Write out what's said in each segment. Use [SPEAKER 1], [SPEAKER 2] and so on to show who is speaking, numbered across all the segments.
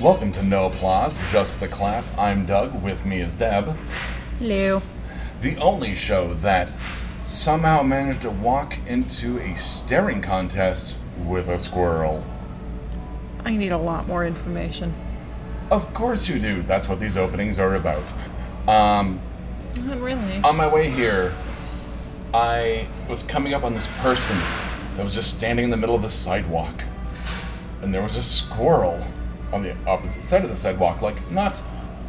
[SPEAKER 1] Welcome to No Applause, Just the Clap. I'm Doug, with me is Deb.
[SPEAKER 2] Hello.
[SPEAKER 1] The only show that somehow managed to walk into a staring contest with a squirrel.
[SPEAKER 2] I need a lot more information.
[SPEAKER 1] Of course you do, that's what these openings are about. Um,
[SPEAKER 2] Not really.
[SPEAKER 1] on my way here, I was coming up on this person that was just standing in the middle of the sidewalk. And there was a squirrel on the opposite side of the sidewalk. Like, not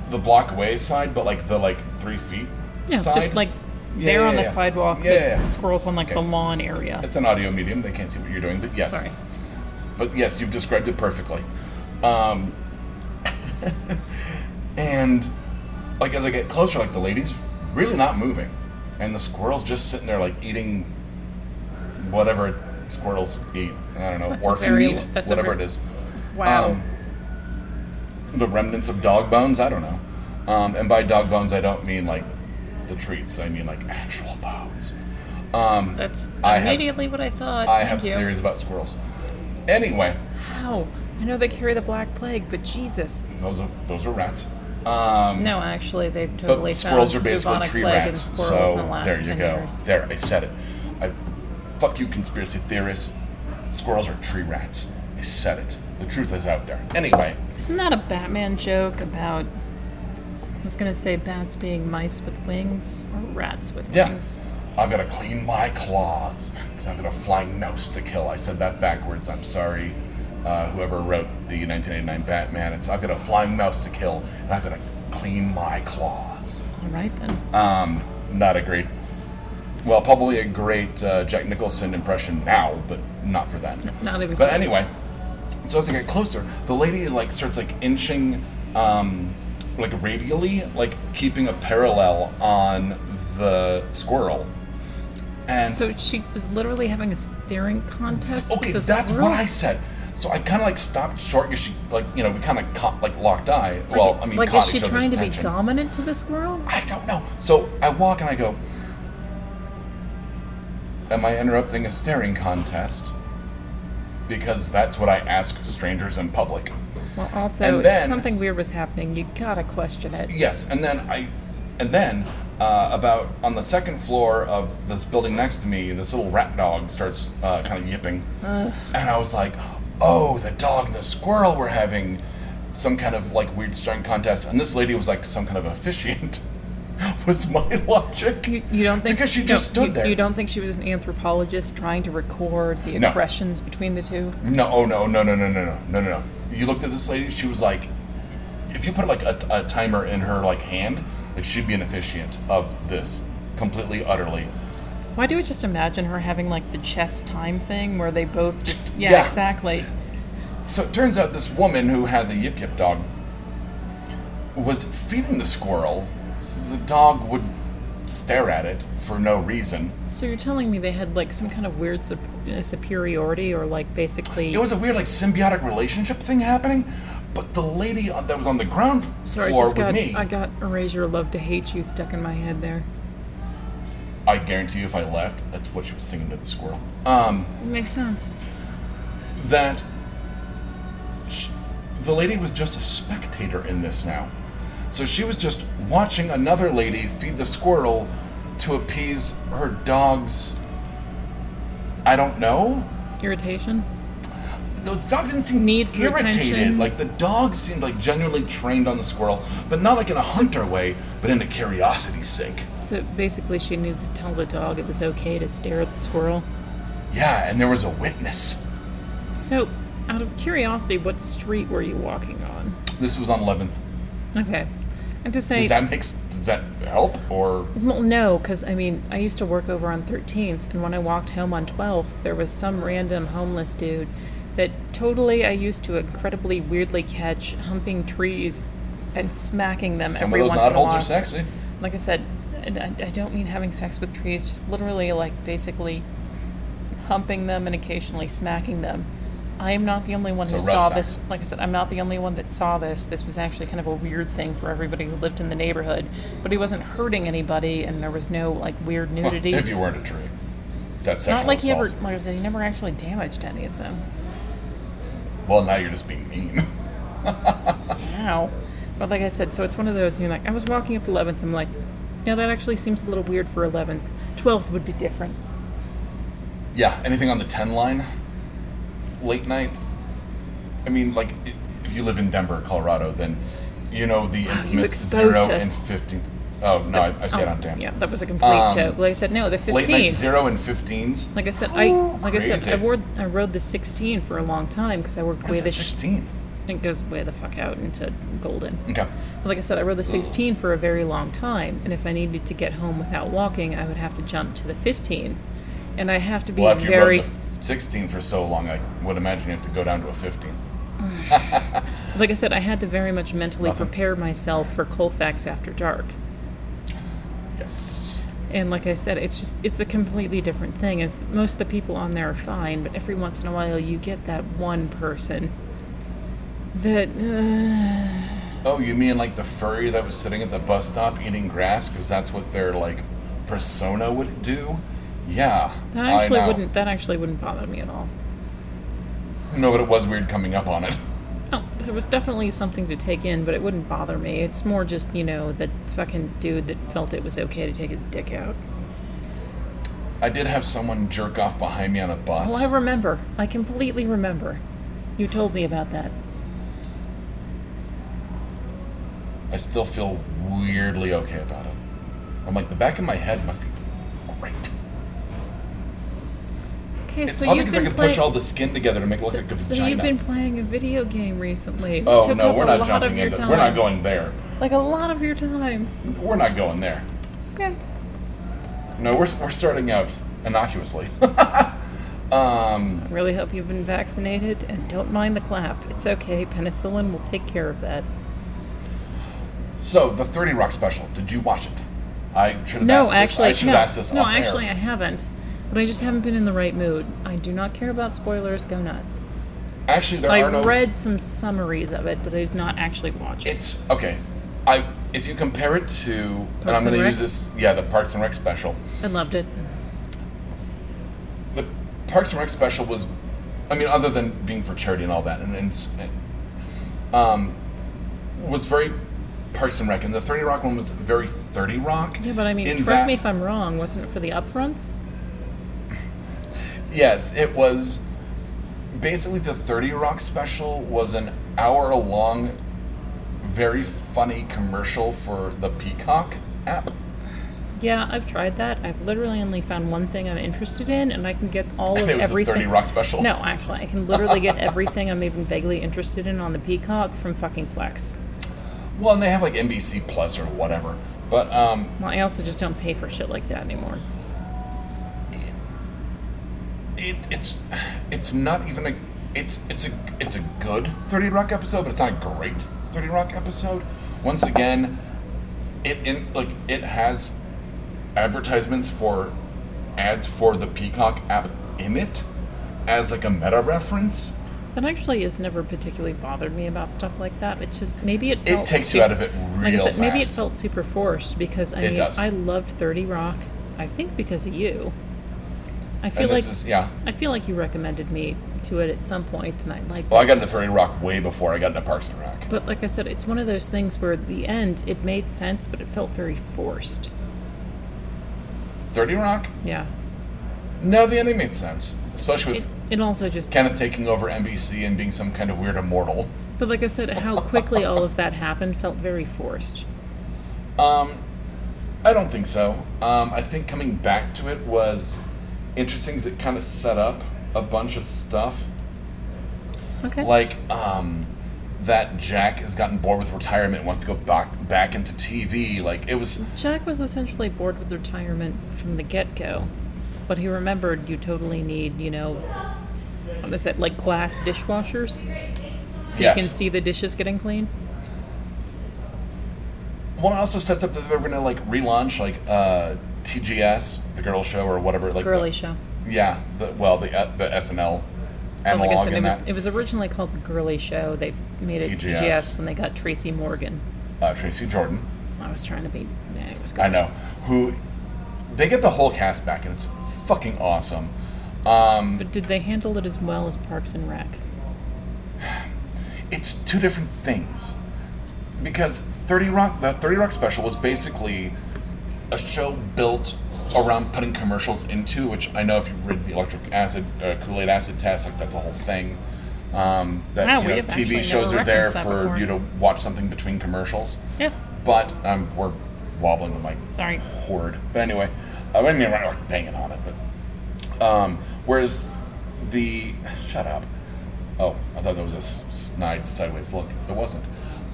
[SPEAKER 1] the block away side, but like the like three feet.
[SPEAKER 2] yeah,
[SPEAKER 1] side.
[SPEAKER 2] just like
[SPEAKER 1] Yeah,
[SPEAKER 2] there
[SPEAKER 1] yeah,
[SPEAKER 2] on the
[SPEAKER 1] yeah.
[SPEAKER 2] sidewalk,
[SPEAKER 1] Yeah,
[SPEAKER 2] but
[SPEAKER 1] yeah, yeah.
[SPEAKER 2] the squirrels on like the
[SPEAKER 1] Okay.
[SPEAKER 2] lawn area.
[SPEAKER 1] It's an audio medium. They can't see what you're doing, but yes. Um,
[SPEAKER 2] Sorry.
[SPEAKER 1] But yes, you've described it perfectly. Um, and like as I get closer, like the lady's really not moving, and the squirrel's just sitting there, like eating whatever squirrels eat. I don't know,
[SPEAKER 2] That's a
[SPEAKER 1] orphan
[SPEAKER 2] very-
[SPEAKER 1] meat,
[SPEAKER 2] that's a
[SPEAKER 1] whatever
[SPEAKER 2] ver-
[SPEAKER 1] it is.
[SPEAKER 2] Wow.
[SPEAKER 1] Um, the remnants of dog bones. I don't know. Um, and by dog bones, I don't mean like the treats. I mean like actual bones. Um,
[SPEAKER 2] That's
[SPEAKER 1] I have-
[SPEAKER 2] immediately what I thought.
[SPEAKER 1] I
[SPEAKER 2] Thank
[SPEAKER 1] have
[SPEAKER 2] you.
[SPEAKER 1] theories about squirrels. Anyway,
[SPEAKER 2] How? I know they carry the black plague, but Jesus.
[SPEAKER 1] those are those are rats. Um,
[SPEAKER 2] No, actually, they've
[SPEAKER 1] but
[SPEAKER 2] totally found
[SPEAKER 1] squirrels are basically
[SPEAKER 2] bubonic
[SPEAKER 1] tree
[SPEAKER 2] plague
[SPEAKER 1] rats.
[SPEAKER 2] in squirrels
[SPEAKER 1] So
[SPEAKER 2] in the last
[SPEAKER 1] there you
[SPEAKER 2] 10
[SPEAKER 1] go.
[SPEAKER 2] years.
[SPEAKER 1] There, I said it. I, fuck you, conspiracy theorists. Squirrels are tree rats. I said it. The truth is out there. Anyway,
[SPEAKER 2] Isn't that a Batman joke about? I was gonna say bats being mice with wings or rats with
[SPEAKER 1] yeah,
[SPEAKER 2] wings.
[SPEAKER 1] I've got to clean my claws because I've got a flying mouse to kill. I said that backwards. I'm sorry. Uh, whoever wrote the 1989 Batman, it's I've got a flying mouse to kill, and I've got to clean my claws.
[SPEAKER 2] All right then.
[SPEAKER 1] Um, not a great. Well, probably a great uh, Jack Nicholson impression now, but not for that.
[SPEAKER 2] Not even.
[SPEAKER 1] But
[SPEAKER 2] close.
[SPEAKER 1] anyway, so as I get closer, the lady like starts like inching, um, like radially, like keeping a parallel on the squirrel. And
[SPEAKER 2] So she was literally having a staring contest
[SPEAKER 1] okay,
[SPEAKER 2] with a
[SPEAKER 1] that's
[SPEAKER 2] squirrel?
[SPEAKER 1] what I said. So I kind of like stopped short because she like you know we kind of caught like locked eye. well, I mean,
[SPEAKER 2] like
[SPEAKER 1] caught
[SPEAKER 2] is she
[SPEAKER 1] each other's
[SPEAKER 2] trying to be
[SPEAKER 1] attention.
[SPEAKER 2] dominant to the squirrel?
[SPEAKER 1] I don't know. So I walk and I go, Am I interrupting a staring contest? Because that's what I ask strangers in public.
[SPEAKER 2] Well, also
[SPEAKER 1] And then-
[SPEAKER 2] something weird was happening. You gotta question it.
[SPEAKER 1] Yes, and then I, and then uh, about on the second floor of this building next to me, this little rat dog starts uh, kind of yipping, and I was like, "Oh, the dog and the squirrel were having some kind of like weird staring contest," and this lady was like some kind of officiant. was my logic?
[SPEAKER 2] You, you don't think
[SPEAKER 1] because she
[SPEAKER 2] no,
[SPEAKER 1] just stood
[SPEAKER 2] you,
[SPEAKER 1] there.
[SPEAKER 2] You don't think she was an anthropologist trying to record the
[SPEAKER 1] No.
[SPEAKER 2] impressions between the two?
[SPEAKER 1] No, oh no, no, no, no, no, no, no, no, no. You looked at this lady. She was like, if you put like a, a timer in her like hand, like she'd be an officiant of this completely, utterly.
[SPEAKER 2] Why do we just imagine her having like the chess time thing where they both just yeah,
[SPEAKER 1] Yeah.
[SPEAKER 2] exactly.
[SPEAKER 1] So it turns out this woman who had the yip yip dog was feeding the squirrel, so the dog would stare at it for no reason.
[SPEAKER 2] So you're telling me they had like some kind of weird sup- uh, superiority or like basically
[SPEAKER 1] It was a weird like symbiotic relationship thing happening. But the lady on- that was on the ground
[SPEAKER 2] Sorry, I
[SPEAKER 1] floor
[SPEAKER 2] just
[SPEAKER 1] with
[SPEAKER 2] got
[SPEAKER 1] me,
[SPEAKER 2] I got erase your love to hate you stuck in my head there.
[SPEAKER 1] I guarantee you, if I left, that's what she was singing to the squirrel. Um.
[SPEAKER 2] Makes sense.
[SPEAKER 1] that sh- the lady was just a spectator in this now. So she was just watching another lady feed the squirrel to appease her dog's. I don't know.
[SPEAKER 2] Irritation?
[SPEAKER 1] The dog didn't seem
[SPEAKER 2] Need for
[SPEAKER 1] irritated.
[SPEAKER 2] attention.
[SPEAKER 1] Like the dog seemed like genuinely trained on the squirrel, but not like in a hunter way, but in a curiosity's sake.
[SPEAKER 2] So basically, she needed to tell the dog it was okay to stare at the squirrel.
[SPEAKER 1] Yeah, and there was a witness.
[SPEAKER 2] So, out of curiosity, what street were you walking on?
[SPEAKER 1] This was on 11th.
[SPEAKER 2] Okay. And to say,
[SPEAKER 1] Does that make s- does that help or
[SPEAKER 2] well, no, because I mean, I used to work over on 13th, and when I walked home on 12th, there was some random homeless dude that totally I used to incredibly weirdly catch humping trees and smacking them
[SPEAKER 1] some
[SPEAKER 2] every
[SPEAKER 1] of those
[SPEAKER 2] once
[SPEAKER 1] knot
[SPEAKER 2] in a
[SPEAKER 1] holes
[SPEAKER 2] while.
[SPEAKER 1] are sexy?
[SPEAKER 2] like I said, and I, I don't mean having sex with trees, just literally, like, basically humping them and occasionally smacking them. I am not the only one
[SPEAKER 1] So
[SPEAKER 2] who
[SPEAKER 1] rough
[SPEAKER 2] saw
[SPEAKER 1] sex.
[SPEAKER 2] this. Like I said, I'm not the only one that saw this. This was actually kind of a weird thing for everybody who lived in the neighborhood. But he wasn't hurting anybody, and there was no, like, weird
[SPEAKER 1] Well,
[SPEAKER 2] nudities.
[SPEAKER 1] If you weren't a tree. That's sexual
[SPEAKER 2] Not like he ever,
[SPEAKER 1] assault.
[SPEAKER 2] like I said, he never actually damaged any of them.
[SPEAKER 1] Well, now you're just being mean.
[SPEAKER 2] Ow. But like I said, so it's one of those, and you're like, I was walking up 11th, I'm like, yeah, that actually seems a little weird for 11th. 12th would be different.
[SPEAKER 1] Yeah, anything on the 10 line? Late nights? I mean, like, i- if you live in Denver, Colorado, then you know the infamous
[SPEAKER 2] Ah, exposed
[SPEAKER 1] 0
[SPEAKER 2] us.
[SPEAKER 1] and 15th. Oh, no, I, I say it
[SPEAKER 2] Oh,
[SPEAKER 1] on damn.
[SPEAKER 2] Yeah, that was a complete
[SPEAKER 1] Um,
[SPEAKER 2] joke. Like I said, no, the 15th.
[SPEAKER 1] Late night 0 and 15s?
[SPEAKER 2] Like I said, I
[SPEAKER 1] Oh,
[SPEAKER 2] like I said,
[SPEAKER 1] crazy.
[SPEAKER 2] I wore I rode the 16 for a long time because I worked way
[SPEAKER 1] What's
[SPEAKER 2] the
[SPEAKER 1] that,
[SPEAKER 2] sh-
[SPEAKER 1] 16?
[SPEAKER 2] it goes way the fuck out into Golden.
[SPEAKER 1] Okay.
[SPEAKER 2] But like I said, I rode the 16 for a very long time, and if I needed to get home without walking, I would have to jump to the 15, and I have to be
[SPEAKER 1] Well, if you
[SPEAKER 2] very
[SPEAKER 1] rode the f- 16 for so long, I would imagine you have to go down to a 15.
[SPEAKER 2] like I said, I had to very much mentally
[SPEAKER 1] Nothing.
[SPEAKER 2] prepare myself for Colfax after dark.
[SPEAKER 1] Yes.
[SPEAKER 2] And like I said, it's just it's a completely different thing. It's most of the people on there are fine, but every once in a while you get that one person that uh,
[SPEAKER 1] Oh, you mean like the furry that was sitting at the bus stop eating grass because that's what their like persona would do? Yeah,
[SPEAKER 2] That actually
[SPEAKER 1] I know.
[SPEAKER 2] wouldn't. That actually wouldn't bother me at all.
[SPEAKER 1] No, but it was weird coming up on it.
[SPEAKER 2] Oh, there was definitely something to take in, but it wouldn't bother me. It's more just you know that fucking dude that felt it was okay to take his dick out.
[SPEAKER 1] I did have someone jerk off behind me on a bus.
[SPEAKER 2] Oh, I remember. I completely remember. You told me about that.
[SPEAKER 1] I still feel weirdly okay about it. I'm like the back of my head must be great.
[SPEAKER 2] Okay,
[SPEAKER 1] It's
[SPEAKER 2] so
[SPEAKER 1] probably
[SPEAKER 2] you've
[SPEAKER 1] because I
[SPEAKER 2] been
[SPEAKER 1] can
[SPEAKER 2] playing.
[SPEAKER 1] push all the skin together to make it look
[SPEAKER 2] so,
[SPEAKER 1] like a
[SPEAKER 2] so
[SPEAKER 1] vagina.
[SPEAKER 2] you've been playing a video game recently. that
[SPEAKER 1] oh
[SPEAKER 2] took
[SPEAKER 1] no,
[SPEAKER 2] up
[SPEAKER 1] we're
[SPEAKER 2] a
[SPEAKER 1] not
[SPEAKER 2] lot of
[SPEAKER 1] jumping
[SPEAKER 2] your
[SPEAKER 1] into.
[SPEAKER 2] Time.
[SPEAKER 1] We're not going there.
[SPEAKER 2] Like a lot of your time.
[SPEAKER 1] We're not going there.
[SPEAKER 2] Okay.
[SPEAKER 1] No, we're we're starting out innocuously. um.
[SPEAKER 2] I really hope you've been vaccinated and don't mind the clap. It's okay. Penicillin will take care of that.
[SPEAKER 1] So the Thirty Rock special, did you watch it? I should have
[SPEAKER 2] No,
[SPEAKER 1] asked
[SPEAKER 2] actually,
[SPEAKER 1] this. I should
[SPEAKER 2] no,
[SPEAKER 1] have asked this
[SPEAKER 2] no,
[SPEAKER 1] off air.
[SPEAKER 2] actually, I haven't. But I just haven't been in the right mood. I do not care about spoilers. Go nuts.
[SPEAKER 1] Actually, there
[SPEAKER 2] I
[SPEAKER 1] are no.
[SPEAKER 2] read some summaries of it, but I did not actually watch it.
[SPEAKER 1] It's okay. I if you compare it to, and
[SPEAKER 2] Parks
[SPEAKER 1] I'm
[SPEAKER 2] and
[SPEAKER 1] going to
[SPEAKER 2] Rec?
[SPEAKER 1] use this. Yeah, the Parks and Rec special.
[SPEAKER 2] I loved it.
[SPEAKER 1] The Parks and Rec special was, I mean, other than being for charity and all that, and, and, and, um, was very Parks and Rec, and the Thirty Rock one was very Thirty Rock.
[SPEAKER 2] Yeah, but I mean,
[SPEAKER 1] in
[SPEAKER 2] correct
[SPEAKER 1] that-
[SPEAKER 2] me if I'm wrong. Wasn't it for the upfronts?
[SPEAKER 1] Yes, it was basically the 30 Rock special was an hour long, very funny commercial for the Peacock app.
[SPEAKER 2] Yeah, I've tried that. I've literally only found one thing I'm interested in, and I can get all of
[SPEAKER 1] And it was a
[SPEAKER 2] everything.
[SPEAKER 1] 30 Rock special.
[SPEAKER 2] No, actually, I can literally get everything I'm even vaguely interested in on the Peacock from fucking Plex.
[SPEAKER 1] Well, and they have like NBC Plus or whatever. But um,
[SPEAKER 2] Well, I also just don't pay for shit like that anymore.
[SPEAKER 1] it, it's it's not even a it's it's a it's a good 30 Rock episode, but it's not a great 30 Rock episode. Once again, it in like it has advertisements for ads for the Peacock app in it as like a meta reference.
[SPEAKER 2] That actually has never particularly bothered me about stuff like that. It's just maybe it
[SPEAKER 1] It
[SPEAKER 2] felt
[SPEAKER 1] takes
[SPEAKER 2] su-
[SPEAKER 1] you out of it
[SPEAKER 2] Like I
[SPEAKER 1] real
[SPEAKER 2] said, maybe it
[SPEAKER 1] fast.
[SPEAKER 2] felt super forced because I
[SPEAKER 1] It
[SPEAKER 2] mean
[SPEAKER 1] does.
[SPEAKER 2] I loved Thirty Rock. I think because of you. I feel
[SPEAKER 1] And
[SPEAKER 2] like
[SPEAKER 1] this is yeah.
[SPEAKER 2] I feel like you recommended me to it at some point, and I liked
[SPEAKER 1] Well, I
[SPEAKER 2] it.
[SPEAKER 1] got into 30 Rock way before I got into Parks and Rec.
[SPEAKER 2] But like I said, it's one of those things where at the end it made sense, but it felt very forced.
[SPEAKER 1] 30 Rock?
[SPEAKER 2] Yeah.
[SPEAKER 1] No, the ending made sense, especially
[SPEAKER 2] It,
[SPEAKER 1] with
[SPEAKER 2] it also just
[SPEAKER 1] Kenneth taking over NBC and being some kind of weird immortal.
[SPEAKER 2] but like I said, how quickly all of that happened felt very forced.
[SPEAKER 1] Um, I don't think so. Um, I think coming back to it was interesting because it kind of set up a bunch of stuff.
[SPEAKER 2] Okay.
[SPEAKER 1] Like um, that Jack has gotten bored with retirement and wants to go back, back into TV. Like it was.
[SPEAKER 2] Jack was essentially bored with retirement from the get go, but he remembered you totally need, you know, what is it, like glass dishwashers? So you can
[SPEAKER 1] Yes.
[SPEAKER 2] see the dishes getting clean?
[SPEAKER 1] One also sets up that they're going to like relaunch like uh, TGS, the girl show or whatever. Like the-
[SPEAKER 2] Girly show.
[SPEAKER 1] yeah. The, well, the uh, the SNL
[SPEAKER 2] Well,
[SPEAKER 1] analog
[SPEAKER 2] like I said, it
[SPEAKER 1] in
[SPEAKER 2] was,
[SPEAKER 1] that.
[SPEAKER 2] it was originally called the Girly Show. They made it TGS,
[SPEAKER 1] TGS.
[SPEAKER 2] when they got Tracy Morgan.
[SPEAKER 1] uh, Tracy Jordan.
[SPEAKER 2] I was trying to be. Nah, it was good.
[SPEAKER 1] I know. Who they get the whole cast back and it's fucking awesome. Um,
[SPEAKER 2] But did they handle it as well as Parks and Rec?
[SPEAKER 1] it's two different things. Because 30 Rock, the 30 Rock special was basically a show built around putting commercials into, which I know if you read the electric acid, uh, Kool Aid acid test, like that's a whole thing. Um, that
[SPEAKER 2] Wow,
[SPEAKER 1] you
[SPEAKER 2] we
[SPEAKER 1] know,
[SPEAKER 2] have actually
[SPEAKER 1] TV shows
[SPEAKER 2] never
[SPEAKER 1] are there
[SPEAKER 2] referenced that
[SPEAKER 1] for
[SPEAKER 2] before.
[SPEAKER 1] you to watch something between commercials.
[SPEAKER 2] Yeah.
[SPEAKER 1] But um, we're wobbling the mic
[SPEAKER 2] Sorry.
[SPEAKER 1] horde. But anyway, I wouldn't mean we're not banging on it, but um, whereas the shut up. Oh, I thought that was a s- snide sideways look. It wasn't.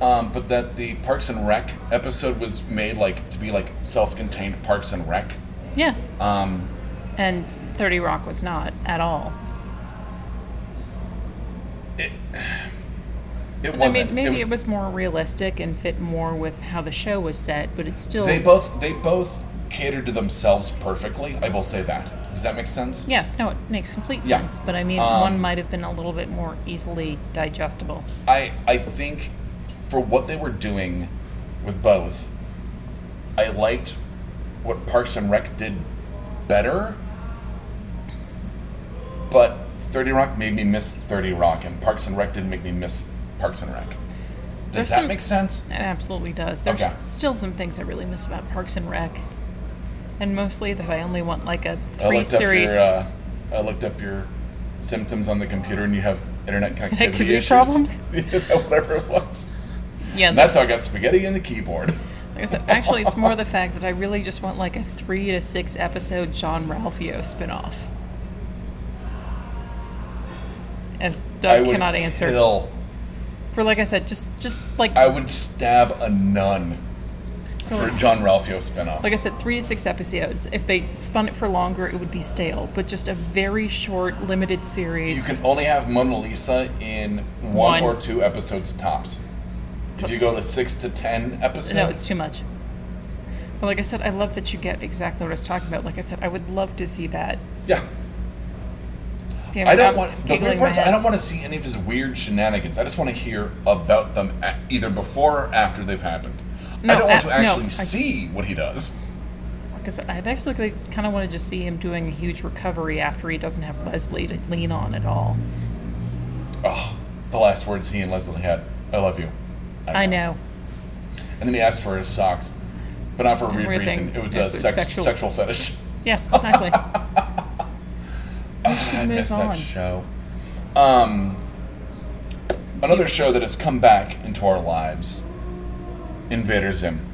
[SPEAKER 1] Um, but that the Parks and Rec episode was made like to be like self-contained Parks and Rec.
[SPEAKER 2] Yeah.
[SPEAKER 1] Um,
[SPEAKER 2] And 30 Rock was not at all.
[SPEAKER 1] it
[SPEAKER 2] I
[SPEAKER 1] wasn't.
[SPEAKER 2] mean, maybe
[SPEAKER 1] w-
[SPEAKER 2] it was more realistic and fit more with how the show was set, but it's still.
[SPEAKER 1] They both they both catered to themselves perfectly. I will say that. Does that make sense?
[SPEAKER 2] Yes, no, it makes complete
[SPEAKER 1] Yeah.
[SPEAKER 2] sense. But I mean,
[SPEAKER 1] Um,
[SPEAKER 2] one might have been a little bit more easily digestible.
[SPEAKER 1] I I think for what they were doing with both, I liked what Parks and Rec did better, but Thirty Rock made me miss Thirty Rock, and Parks and Rec didn't make me miss Parks and Rec. Does
[SPEAKER 2] There's
[SPEAKER 1] that
[SPEAKER 2] some-
[SPEAKER 1] make sense?
[SPEAKER 2] It absolutely does. There's
[SPEAKER 1] Okay.
[SPEAKER 2] still some things I really miss about Parks and Rec, and mostly that I only want like a
[SPEAKER 1] I
[SPEAKER 2] three
[SPEAKER 1] looked
[SPEAKER 2] series.
[SPEAKER 1] up your uh, I looked up your symptoms on the computer, and you have internet connectivity
[SPEAKER 2] Connectivity
[SPEAKER 1] issues.
[SPEAKER 2] problems?
[SPEAKER 1] whatever it was.
[SPEAKER 2] yeah,
[SPEAKER 1] And that's how I got spaghetti in the keyboard.
[SPEAKER 2] like I said, actually, it's more the fact that I really just want like a three to six episode John Ralphio spinoff. As
[SPEAKER 1] I
[SPEAKER 2] Doug
[SPEAKER 1] would
[SPEAKER 2] cannot answer.
[SPEAKER 1] kill-
[SPEAKER 2] For like I said, just just like
[SPEAKER 1] I would stab a nun for a John Ralphio spinoff.
[SPEAKER 2] like I said, three to six episodes. If they spun it for longer, it would be stale. But just a very short, limited series.
[SPEAKER 1] you can only have Mona Lisa in one,
[SPEAKER 2] One.
[SPEAKER 1] or two episodes tops. If you go to six to ten episodes,
[SPEAKER 2] No, it's too much. But like I said, I love that you get exactly what I was talking about. Like I said, I would love to see that.
[SPEAKER 1] yeah.
[SPEAKER 2] Damn
[SPEAKER 1] I don't
[SPEAKER 2] I'm
[SPEAKER 1] want the
[SPEAKER 2] giggling
[SPEAKER 1] weird
[SPEAKER 2] in
[SPEAKER 1] part is
[SPEAKER 2] my
[SPEAKER 1] I
[SPEAKER 2] head.
[SPEAKER 1] don't want to see any of his weird shenanigans. I just want to hear about them a either before or after they've happened.
[SPEAKER 2] No,
[SPEAKER 1] I don't want
[SPEAKER 2] a-
[SPEAKER 1] to actually
[SPEAKER 2] no, I-
[SPEAKER 1] see what he does.
[SPEAKER 2] Like I said, I'd actually kind of want to just see him doing a huge recovery after he doesn't have Leslie to lean on at all.
[SPEAKER 1] Oh, the last words he and Leslie had. I love you.
[SPEAKER 2] I know.
[SPEAKER 1] And then he asked for his socks, but not for a weird,
[SPEAKER 2] Weird thing.
[SPEAKER 1] reason. It was
[SPEAKER 2] Yes,
[SPEAKER 1] a
[SPEAKER 2] it's
[SPEAKER 1] sex,
[SPEAKER 2] sexual.
[SPEAKER 1] sexual. fetish.
[SPEAKER 2] Yeah, exactly.
[SPEAKER 1] I
[SPEAKER 2] move
[SPEAKER 1] miss
[SPEAKER 2] on.
[SPEAKER 1] that show. Um, another show that has come back into our lives, Invader Zim.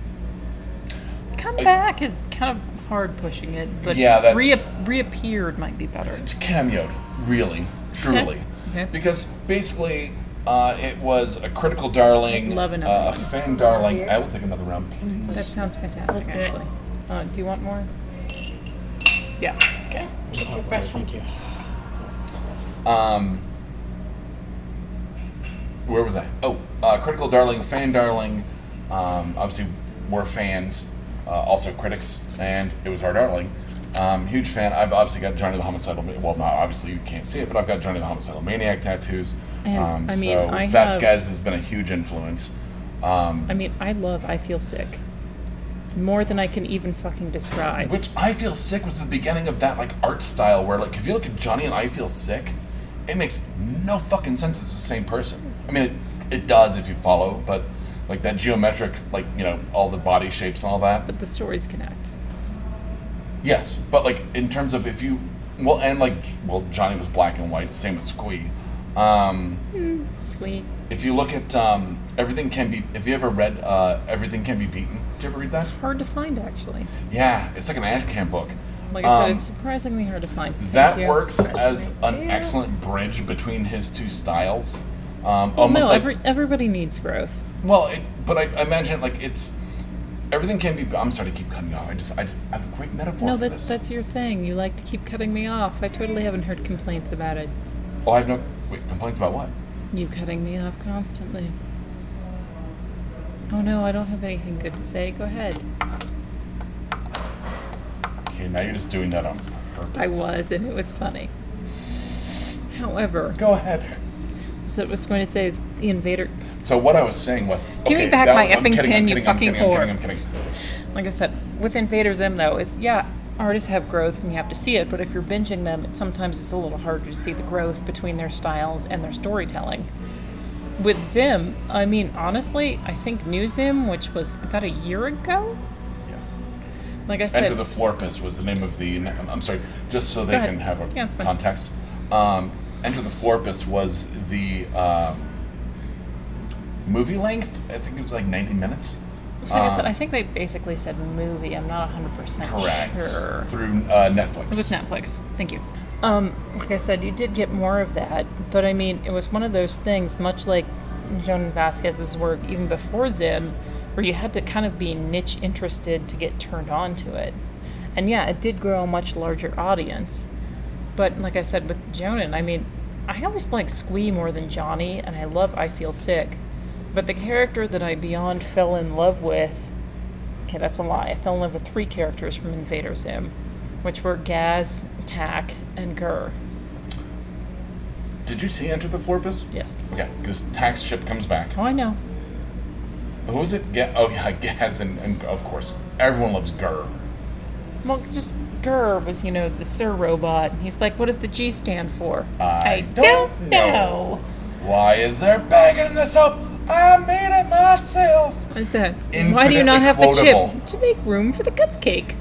[SPEAKER 2] Come back is kind of hard pushing it, but
[SPEAKER 1] Yeah, that's-
[SPEAKER 2] reap- reappeared might be better.
[SPEAKER 1] It's cameoed, really, truly,
[SPEAKER 2] Okay.
[SPEAKER 1] because basically uh, it was a critical darling,
[SPEAKER 2] I'd love Mm-hmm. another
[SPEAKER 1] uh, a
[SPEAKER 2] one.
[SPEAKER 1] fan darling.
[SPEAKER 3] Yes.
[SPEAKER 1] I will take another round, please.
[SPEAKER 2] That sounds fantastic,
[SPEAKER 3] Let's do it.
[SPEAKER 2] actually. Uh, do you want more? Yeah. Okay.
[SPEAKER 3] It's refreshing.
[SPEAKER 4] Thank you.
[SPEAKER 1] Um, where was I? Oh, uh, Critical Darling, Fan Darling. Um, obviously, we're fans, uh, also critics, and it was our darling. Um, huge fan. I've obviously got Johnny the Homicidal. Ma- Well, not obviously, you can't see it, but I've got Johnny the Homicidal Maniac tattoos.
[SPEAKER 2] And,
[SPEAKER 1] um,
[SPEAKER 2] I mean,
[SPEAKER 1] so
[SPEAKER 2] I have-
[SPEAKER 1] Vasquez has been a huge influence. Um,
[SPEAKER 2] I mean, I love I Feel Sick more than I can even fucking describe.
[SPEAKER 1] which I feel sick was the beginning of that like art style where like if you look at Johnny and I feel sick, it makes no fucking sense. It's the same person. I mean, it, it does if you follow, but like that geometric, like you know, all the body shapes and all that.
[SPEAKER 2] But the stories connect.
[SPEAKER 1] Yes, but like in terms of if you, well, and like well, Johnny was black and white, same with Squee. Um,
[SPEAKER 2] Sweet.
[SPEAKER 1] if you look at um, everything can be, if you ever read uh, everything can be beaten, did you ever read that?
[SPEAKER 2] It's hard to find, actually.
[SPEAKER 1] Yeah, it's like an Ashcan book.
[SPEAKER 2] Like I said,
[SPEAKER 1] Um,
[SPEAKER 2] it's surprisingly hard to find.
[SPEAKER 1] That
[SPEAKER 2] Thank you.
[SPEAKER 1] works as an
[SPEAKER 2] Yeah.
[SPEAKER 1] excellent bridge between his two styles. Um,
[SPEAKER 2] Well,
[SPEAKER 1] almost
[SPEAKER 2] no,
[SPEAKER 1] like,
[SPEAKER 2] every, everybody needs growth.
[SPEAKER 1] well, it, but I, I imagine like it's everything can be. I'm sorry to keep cutting you off. I just I, just- I have a great metaphor.
[SPEAKER 2] No,
[SPEAKER 1] for
[SPEAKER 2] that's
[SPEAKER 1] this.
[SPEAKER 2] that's your thing. You like to keep cutting me off. I totally haven't heard complaints about it.
[SPEAKER 1] Oh, I have no wait, complaints about what?
[SPEAKER 2] You cutting me off constantly. Oh no, I don't have anything good to say. Go ahead.
[SPEAKER 1] Okay, now you're just doing that on purpose.
[SPEAKER 2] I was, and it was funny. However,
[SPEAKER 1] Go ahead.
[SPEAKER 2] so what I was going to say is the invader.
[SPEAKER 1] So what I was saying was,
[SPEAKER 2] Give me
[SPEAKER 1] okay,
[SPEAKER 2] back
[SPEAKER 1] that
[SPEAKER 2] my
[SPEAKER 1] was- I'm
[SPEAKER 2] effing
[SPEAKER 1] kidding,
[SPEAKER 2] pen,
[SPEAKER 1] I'm
[SPEAKER 2] you
[SPEAKER 1] kidding, I'm
[SPEAKER 2] fucking
[SPEAKER 1] kidding, I'm kidding,
[SPEAKER 2] whore.
[SPEAKER 1] I'm kidding.
[SPEAKER 2] Like I said, with Invader Zim though, is yeah, artists have growth and you have to see it, but if you're binging them, it, sometimes it's a little harder to see the growth between their styles and their storytelling. with Zim, I mean, honestly, I think New Zim, which was about a year ago,
[SPEAKER 1] Yes.
[SPEAKER 2] like I
[SPEAKER 1] Enter
[SPEAKER 2] said,
[SPEAKER 1] the Florpus was the name of the. I'm sorry, just so they
[SPEAKER 2] ahead.
[SPEAKER 1] can have a
[SPEAKER 2] Yeah, it's fine.
[SPEAKER 1] context. Um, Enter the Florpus was the um, movie length. I think it was like 90 minutes.
[SPEAKER 2] like I said, I think they basically said movie. I'm not 100%
[SPEAKER 1] Um, Correct.
[SPEAKER 2] sure.
[SPEAKER 1] Through uh, Netflix.
[SPEAKER 2] It was Netflix. Thank you. Um, like I said, you did get more of that, but I mean, it was one of those things, much like Joan Vasquez's work even before Zim, where you had to kind of be niche interested to get turned on to it. And yeah, it did grow a much larger audience. But like I said with Jonan, I mean, I always like Squee more than Johnny, and I love I Feel Sick. But the character that I beyond fell in love with Okay, that's a lie. I fell in love with three characters from Invader Zim, which were Gaz, Tack, and Gurr.
[SPEAKER 1] Did you see Enter the Florpus?
[SPEAKER 2] Yes.
[SPEAKER 1] Okay, because Tax Ship comes back.
[SPEAKER 2] Oh, I know.
[SPEAKER 1] Who was it? Ga- oh, yeah, Gaz, and, and of course, everyone loves Gurr.
[SPEAKER 2] Well, just Gurr was, you know, the Sir robot. He's like, what does the G stand for?
[SPEAKER 1] I don't know.
[SPEAKER 2] know.
[SPEAKER 1] Why is there bagging this up? I made it myself.
[SPEAKER 2] What is that? Why do you
[SPEAKER 1] Infinitely
[SPEAKER 2] not have the
[SPEAKER 1] quotable.
[SPEAKER 2] chip? To make room for the cupcake.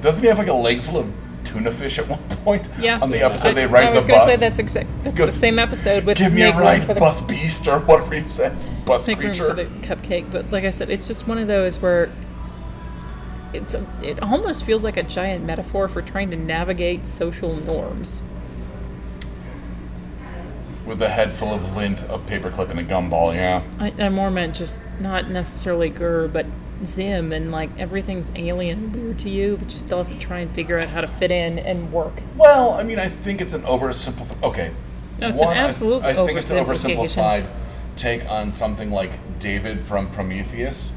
[SPEAKER 1] Doesn't he have like a leg full of tuna fish at one point?
[SPEAKER 2] Yes.
[SPEAKER 1] On the episode they
[SPEAKER 2] I-
[SPEAKER 1] ride
[SPEAKER 2] I was
[SPEAKER 1] the
[SPEAKER 2] gonna
[SPEAKER 1] bus.
[SPEAKER 2] say that's exact. That's
[SPEAKER 1] Goes,
[SPEAKER 2] the same episode with
[SPEAKER 1] Give me
[SPEAKER 2] make
[SPEAKER 1] a
[SPEAKER 2] room
[SPEAKER 1] ride,
[SPEAKER 2] for the
[SPEAKER 1] bus beast or whatever he says, bus
[SPEAKER 2] make room for
[SPEAKER 1] creature.
[SPEAKER 2] the cupcake. But like I said, it's just one of those where it's a, it almost feels like a giant metaphor for trying to navigate social norms.
[SPEAKER 1] With a head full of lint, a paperclip, and a gumball. Yeah.
[SPEAKER 2] I, I more meant just not necessarily Gur, but Zim, and like everything's alien and weird to you, but you still have to try and figure out how to fit in and work.
[SPEAKER 1] Well, I mean, I think it's an oversimplified. Okay.
[SPEAKER 2] No, it's an
[SPEAKER 1] I th-
[SPEAKER 2] absolute
[SPEAKER 1] I, think it's an
[SPEAKER 2] oversimplification.
[SPEAKER 1] oversimplified take on something like David from Prometheus.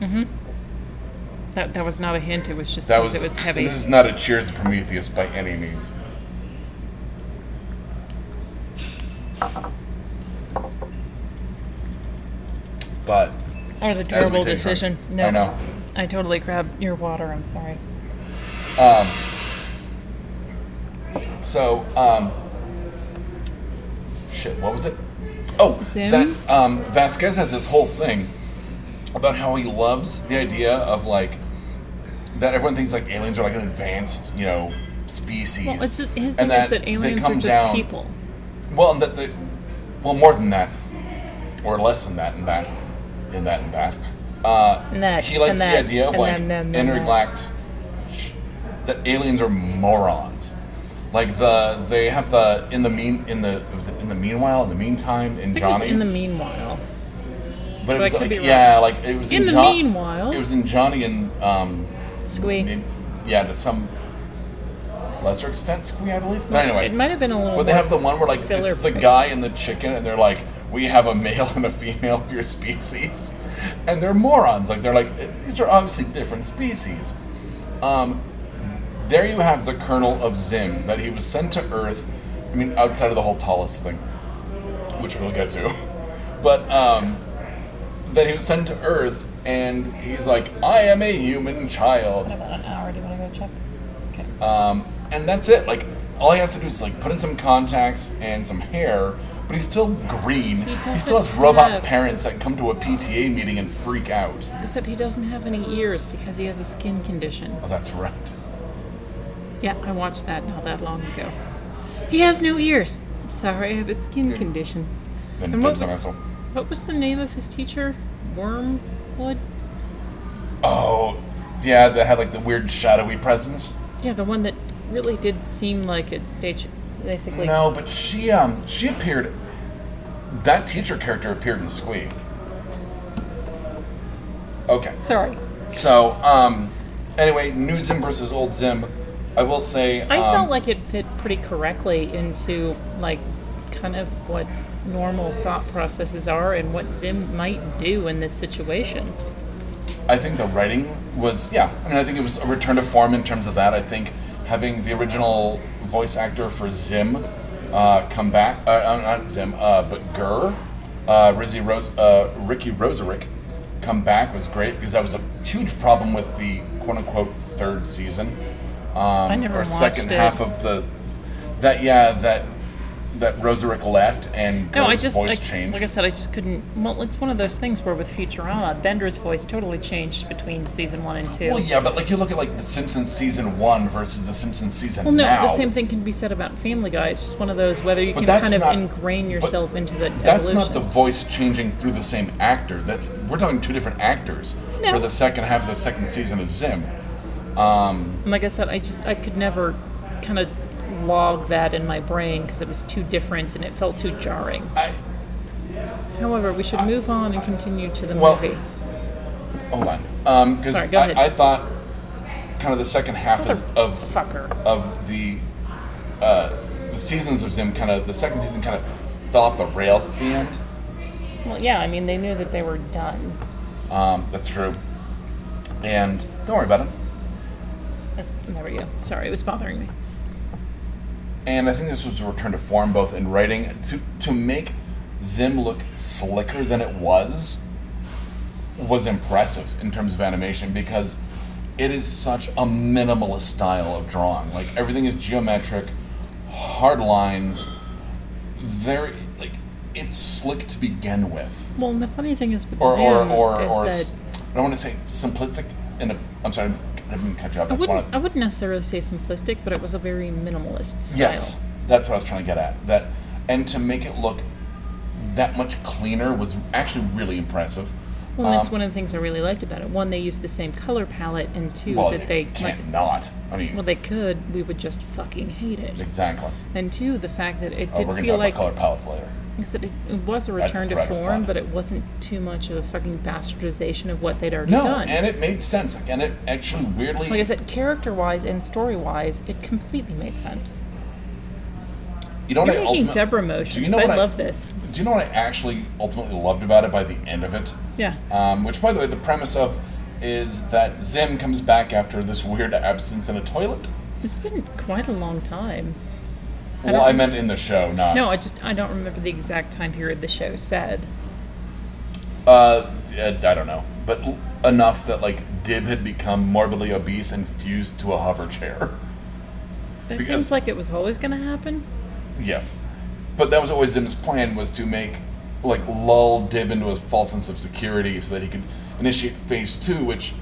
[SPEAKER 2] That that was not a hint. It was just
[SPEAKER 1] That
[SPEAKER 2] 'cause
[SPEAKER 1] was.
[SPEAKER 2] it was heavy.
[SPEAKER 1] This is not a Cheers of Prometheus by any means. But
[SPEAKER 2] That was
[SPEAKER 1] as
[SPEAKER 2] a
[SPEAKER 1] we
[SPEAKER 2] terrible
[SPEAKER 1] take turns-
[SPEAKER 2] decision.
[SPEAKER 1] I
[SPEAKER 2] No,
[SPEAKER 1] know.
[SPEAKER 2] I totally grabbed your water. I'm sorry.
[SPEAKER 1] So, um, shit, what was it? Oh,
[SPEAKER 2] Zoom?
[SPEAKER 1] that um, Vasquez has this whole thing about how he loves the idea of like that everyone thinks like aliens are like an advanced, you know, species.
[SPEAKER 2] Well, it's just, his
[SPEAKER 1] and
[SPEAKER 2] thing is that
[SPEAKER 1] they
[SPEAKER 2] aliens are
[SPEAKER 1] come
[SPEAKER 2] just
[SPEAKER 1] down-
[SPEAKER 2] people.
[SPEAKER 1] Well, and that the well more than that, or less than that, and that, and that, and that. Uh,
[SPEAKER 2] And that,
[SPEAKER 1] he likes
[SPEAKER 2] and
[SPEAKER 1] the
[SPEAKER 2] that,
[SPEAKER 1] idea of
[SPEAKER 2] and
[SPEAKER 1] like
[SPEAKER 2] then, then, then,
[SPEAKER 1] intergalact that aliens are morons. Like the they have the in the mean in the was it in the meanwhile in the meantime in
[SPEAKER 2] I think it was
[SPEAKER 1] Johnny
[SPEAKER 2] in the meanwhile.
[SPEAKER 1] but it was
[SPEAKER 2] I could
[SPEAKER 1] like
[SPEAKER 2] be wrong.
[SPEAKER 1] yeah like it was in,
[SPEAKER 2] In the
[SPEAKER 1] Jo-
[SPEAKER 2] meanwhile.
[SPEAKER 1] it was in Johnny and um
[SPEAKER 2] Squee.
[SPEAKER 1] in, yeah to some lesser extent Squee I believe but anyway
[SPEAKER 2] it might have been a little.
[SPEAKER 1] But they
[SPEAKER 2] more-
[SPEAKER 1] have the one where like
[SPEAKER 2] Filler
[SPEAKER 1] it's the
[SPEAKER 2] pick.
[SPEAKER 1] guy and the chicken, and they're like, "We have a male and a female of your species," and they're morons. Like they're like, "These are obviously different species." Um, there you have the Colonel of Zim that he was sent to Earth. I mean, outside of the whole Talus thing, which we'll get to, but um, that he was sent to Earth, and he's like, "I am a human child."
[SPEAKER 2] What about an hour? Do you want to go check? Okay.
[SPEAKER 1] Um, and that's it. Like all he has to do is like put in some contacts and some hair, but he's still green.
[SPEAKER 2] He
[SPEAKER 1] He, still has
[SPEAKER 2] doesn't
[SPEAKER 1] robot
[SPEAKER 2] have-
[SPEAKER 1] parents that come to a PTA meeting and freak out.
[SPEAKER 2] Except he doesn't have any ears because he has a skin condition.
[SPEAKER 1] Oh, that's right.
[SPEAKER 2] Yeah, I watched that not that long ago. He has no ears. Sorry, I have a skin condition.
[SPEAKER 1] Then
[SPEAKER 2] And what-
[SPEAKER 1] dibs on us all.
[SPEAKER 2] What was the name of his teacher? Wormwood?
[SPEAKER 1] Oh, yeah, that had like the weird shadowy presence.
[SPEAKER 2] Yeah, the one that really did seem like it. They ch- basically.
[SPEAKER 1] No, but she um she appeared. That teacher character appeared in Squee. Okay.
[SPEAKER 2] Sorry.
[SPEAKER 1] So um, anyway, new Zim versus old Zim. I will say
[SPEAKER 2] I
[SPEAKER 1] um,
[SPEAKER 2] felt like it fit pretty correctly into like kind of what normal thought processes are and what Zim might do in this situation.
[SPEAKER 1] I think the writing was yeah. I mean, I think it was a return to form in terms of that. I think having the original voice actor for Zim uh, come back, uh, uh, not Zim, uh, but Gurr, uh, Rizzy Rose, uh, Ricky Roserick, come back was great because that was a huge problem with the quote unquote third season um,
[SPEAKER 2] never
[SPEAKER 1] or
[SPEAKER 2] watched
[SPEAKER 1] second
[SPEAKER 2] it.
[SPEAKER 1] half of the that yeah that that Rosarick left and
[SPEAKER 2] No, I
[SPEAKER 1] Gore's
[SPEAKER 2] just
[SPEAKER 1] voice
[SPEAKER 2] like,
[SPEAKER 1] changed.
[SPEAKER 2] like I said, I just couldn't. Well, it's one of those things where with Futurama, Bender's voice totally changed between season one and two.
[SPEAKER 1] well, yeah, but like you look at like The Simpsons season one versus The Simpsons season
[SPEAKER 2] Well, no,
[SPEAKER 1] now.
[SPEAKER 2] the same thing can be said about Family Guy. It's just one of those whether you
[SPEAKER 1] But
[SPEAKER 2] can
[SPEAKER 1] that's
[SPEAKER 2] kind of
[SPEAKER 1] not-
[SPEAKER 2] ingrain
[SPEAKER 1] but
[SPEAKER 2] yourself into the
[SPEAKER 1] That's
[SPEAKER 2] evolution.
[SPEAKER 1] not the voice changing through the same actor. That's we're talking two different actors
[SPEAKER 2] No.
[SPEAKER 1] for the second half of the second season of Zim. Um,
[SPEAKER 2] And like I said, I just I could never kind of log that in my brain because it was too different and it felt too jarring.
[SPEAKER 1] I
[SPEAKER 2] However, we should move on and continue to the
[SPEAKER 1] Well-
[SPEAKER 2] movie.
[SPEAKER 1] hold on because
[SPEAKER 2] Sorry, go ahead.
[SPEAKER 1] I, I thought kind of the second half is, of
[SPEAKER 2] Fucker.
[SPEAKER 1] of the uh, the seasons of Zim kind of the second season kind of fell off the rails at the end.
[SPEAKER 2] Well, yeah, I mean they knew that they were done.
[SPEAKER 1] Um, that's true. And don't worry about it.
[SPEAKER 2] That's there we go. Sorry, it was bothering me.
[SPEAKER 1] And I think this was a return to form, both in writing to to make Zim look slicker than it was was impressive in terms of animation because it is such a minimalist style of drawing. Like everything is geometric, hard lines. There, like it's slick to begin with.
[SPEAKER 2] Well, and the funny thing is with
[SPEAKER 1] or or
[SPEAKER 2] Zim
[SPEAKER 1] or,
[SPEAKER 2] is
[SPEAKER 1] or
[SPEAKER 2] that
[SPEAKER 1] s- I don't want to say simplistic. In a, I'm sorry, I didn't catch you up. I,
[SPEAKER 2] I
[SPEAKER 1] just want
[SPEAKER 2] wouldn't I
[SPEAKER 1] to.
[SPEAKER 2] wouldn't necessarily say simplistic, but it was a very minimalist style.
[SPEAKER 1] Yes, that's what I was trying to get at. That and to make it look that much cleaner was actually really impressive.
[SPEAKER 2] Well, and that's
[SPEAKER 1] Um,
[SPEAKER 2] one of the things I really liked about it. One, they used the same color palette, and two,
[SPEAKER 1] Well,
[SPEAKER 2] that they
[SPEAKER 1] can't
[SPEAKER 2] like,
[SPEAKER 1] not. I mean,
[SPEAKER 2] well, they could. We would just fucking hate it.
[SPEAKER 1] exactly.
[SPEAKER 2] And two, the fact that it
[SPEAKER 1] Oh,
[SPEAKER 2] did
[SPEAKER 1] we're gonna
[SPEAKER 2] feel
[SPEAKER 1] talk
[SPEAKER 2] like
[SPEAKER 1] about color palettes later.
[SPEAKER 2] like I said, it, it was a
[SPEAKER 1] That's
[SPEAKER 2] return to
[SPEAKER 1] threat of
[SPEAKER 2] form,
[SPEAKER 1] fun.
[SPEAKER 2] but it wasn't too much of a fucking bastardization of what they'd already
[SPEAKER 1] No,
[SPEAKER 2] done.
[SPEAKER 1] and it made sense. Like, And it actually weirdly.
[SPEAKER 2] like I said, character-wise and story-wise, it completely made sense.
[SPEAKER 1] you know what
[SPEAKER 2] You're
[SPEAKER 1] I
[SPEAKER 2] making
[SPEAKER 1] ultimately.
[SPEAKER 2] Deborah motions.
[SPEAKER 1] know
[SPEAKER 2] I
[SPEAKER 1] what I-
[SPEAKER 2] love this.
[SPEAKER 1] do you know what I actually ultimately loved about it by the end of it?
[SPEAKER 2] Yeah.
[SPEAKER 1] Um, which, by the way, the premise of is that Zim comes back after this weird absence in a toilet.
[SPEAKER 2] It's been quite a long time. I
[SPEAKER 1] well,
[SPEAKER 2] don't-
[SPEAKER 1] I meant in the show, not.
[SPEAKER 2] No, I just I don't remember the exact time period the show said.
[SPEAKER 1] Uh, I I don't know, but l- enough that like Dib had become morbidly obese and fused to a hover chair.
[SPEAKER 2] That
[SPEAKER 1] Because-
[SPEAKER 2] seems like it was always going to happen.
[SPEAKER 1] yes, but that was always Zim's plan was to make like lull Dib into a false sense of security so that he could initiate phase two, which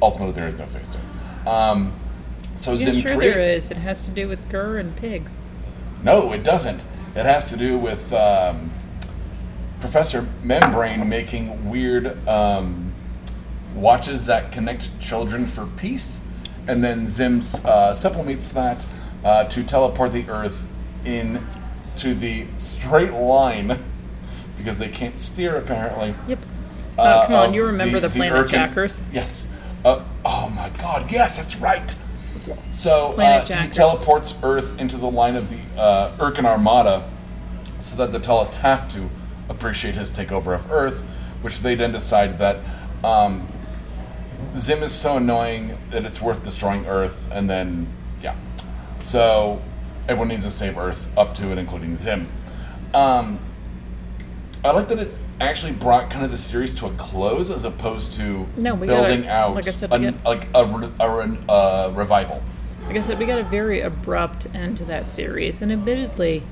[SPEAKER 1] ultimately there is no phase two. Um, so
[SPEAKER 2] Yeah,
[SPEAKER 1] Zim
[SPEAKER 2] sure
[SPEAKER 1] creates.
[SPEAKER 2] there is. It has to do with Gurr and pigs.
[SPEAKER 1] No, it doesn't. It has to do with um, Professor Membrane making weird um, watches that connect children for peace, and then Zim uh, supplements that uh, to teleport the Earth in to the straight line because they can't steer apparently.
[SPEAKER 2] Yep.
[SPEAKER 1] uh,
[SPEAKER 2] oh, come on,
[SPEAKER 1] of
[SPEAKER 2] you remember the, Planet
[SPEAKER 1] Urchin-
[SPEAKER 2] Jackers?
[SPEAKER 1] Yes. Uh, oh my God! Yes, that's right. So uh,
[SPEAKER 2] Planet
[SPEAKER 1] he
[SPEAKER 2] Jackers.
[SPEAKER 1] teleports Earth into the line of the uh, Urkan Armada, so that the tallest have to appreciate his takeover of Earth, which they then decide that um, Zim is so annoying that it's worth destroying Earth, and then yeah, so everyone needs to save Earth up to and including Zim. Um, I like that it actually brought kind of the series to a close as opposed to
[SPEAKER 2] No, we
[SPEAKER 1] building
[SPEAKER 2] gotta-
[SPEAKER 1] out
[SPEAKER 2] like I said,
[SPEAKER 1] a,
[SPEAKER 2] we got-
[SPEAKER 1] like a, re- a, re- uh, revival.
[SPEAKER 2] Like I said, we got a very abrupt end to that series, and admittedly,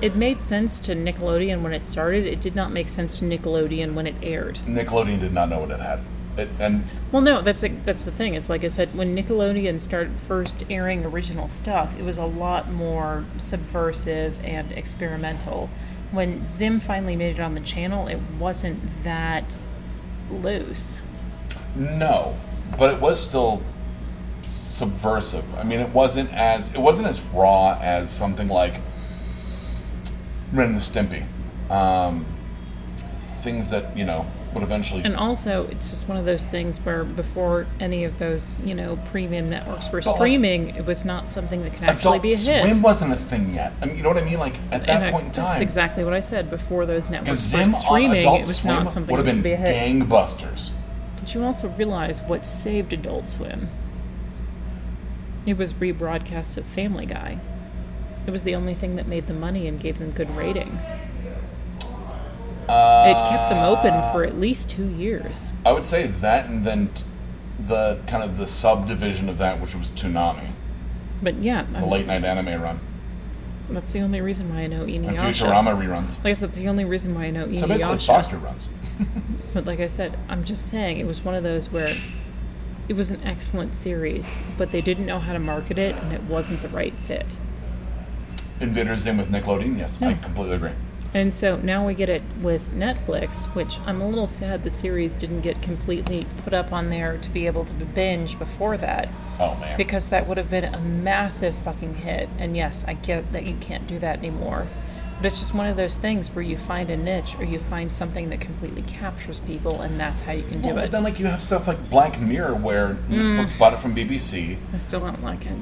[SPEAKER 2] it made sense to Nickelodeon when it started. It did not make sense to Nickelodeon when it aired.
[SPEAKER 1] Nickelodeon did not know what it had, it, and
[SPEAKER 2] Well, no, that's like that's the thing. It's like I said, when Nickelodeon started first airing original stuff, it was a lot more subversive and experimental. When Zim finally made it on the channel, it wasn't that loose.
[SPEAKER 1] no, but it was still subversive. I mean, it wasn't as it wasn't as raw as something like Ren and Stimpy, um, things that you know would eventually
[SPEAKER 2] And also, it's just one of those things where before any of those, you know, premium networks were
[SPEAKER 1] But, like,
[SPEAKER 2] streaming, it was not something that can actually
[SPEAKER 1] Adult
[SPEAKER 2] be a hit.
[SPEAKER 1] Swim wasn't a thing yet. I mean, you know what I mean? Like at that
[SPEAKER 2] And I-
[SPEAKER 1] point in time,
[SPEAKER 2] That's exactly what I said. Before those networks
[SPEAKER 1] Because
[SPEAKER 2] were
[SPEAKER 1] Zim on
[SPEAKER 2] streaming,
[SPEAKER 1] Adult
[SPEAKER 2] it was
[SPEAKER 1] Swim
[SPEAKER 2] not something
[SPEAKER 1] would
[SPEAKER 2] that
[SPEAKER 1] have
[SPEAKER 2] could
[SPEAKER 1] been
[SPEAKER 2] be a hit.
[SPEAKER 1] gangbusters.
[SPEAKER 2] Did you also realize what saved Adult Swim? It was rebroadcasts of Family Guy. It was the only thing that made them money and gave them good ratings.
[SPEAKER 1] Uh,
[SPEAKER 2] It kept them open for at least two years.
[SPEAKER 1] I would say that, and then t- the kind of the subdivision of that, which was Toonami,
[SPEAKER 2] But yeah,
[SPEAKER 1] the
[SPEAKER 2] I'm-
[SPEAKER 1] late night anime run.
[SPEAKER 2] That's the only reason why I know
[SPEAKER 1] and
[SPEAKER 2] Inuyasha.
[SPEAKER 1] Futurama reruns.
[SPEAKER 2] Like I said, that's the only reason why I know
[SPEAKER 1] So basically,
[SPEAKER 2] Inuyasha.
[SPEAKER 1] Foster runs.
[SPEAKER 2] But like I said, I'm just saying it was one of those where it was an excellent series, but they didn't know how to market it, and it wasn't the right fit.
[SPEAKER 1] Invaders in with Nickelodeon. Yes, I
[SPEAKER 2] Yeah.
[SPEAKER 1] completely agree.
[SPEAKER 2] And so now we get it with Netflix, which I'm a little sad the series didn't get completely put up on there to be able to binge before that,
[SPEAKER 1] Oh man.
[SPEAKER 2] because that would have been a massive fucking hit. And yes, I get that you can't do that anymore. But it's just one of those things where you find a niche or you find something that completely captures people, and that's how you can do
[SPEAKER 1] Well, but
[SPEAKER 2] it. Mm.
[SPEAKER 1] then, like, you have stuff like Black Mirror, where Netflix bought it from BBC.
[SPEAKER 2] I still don't like it.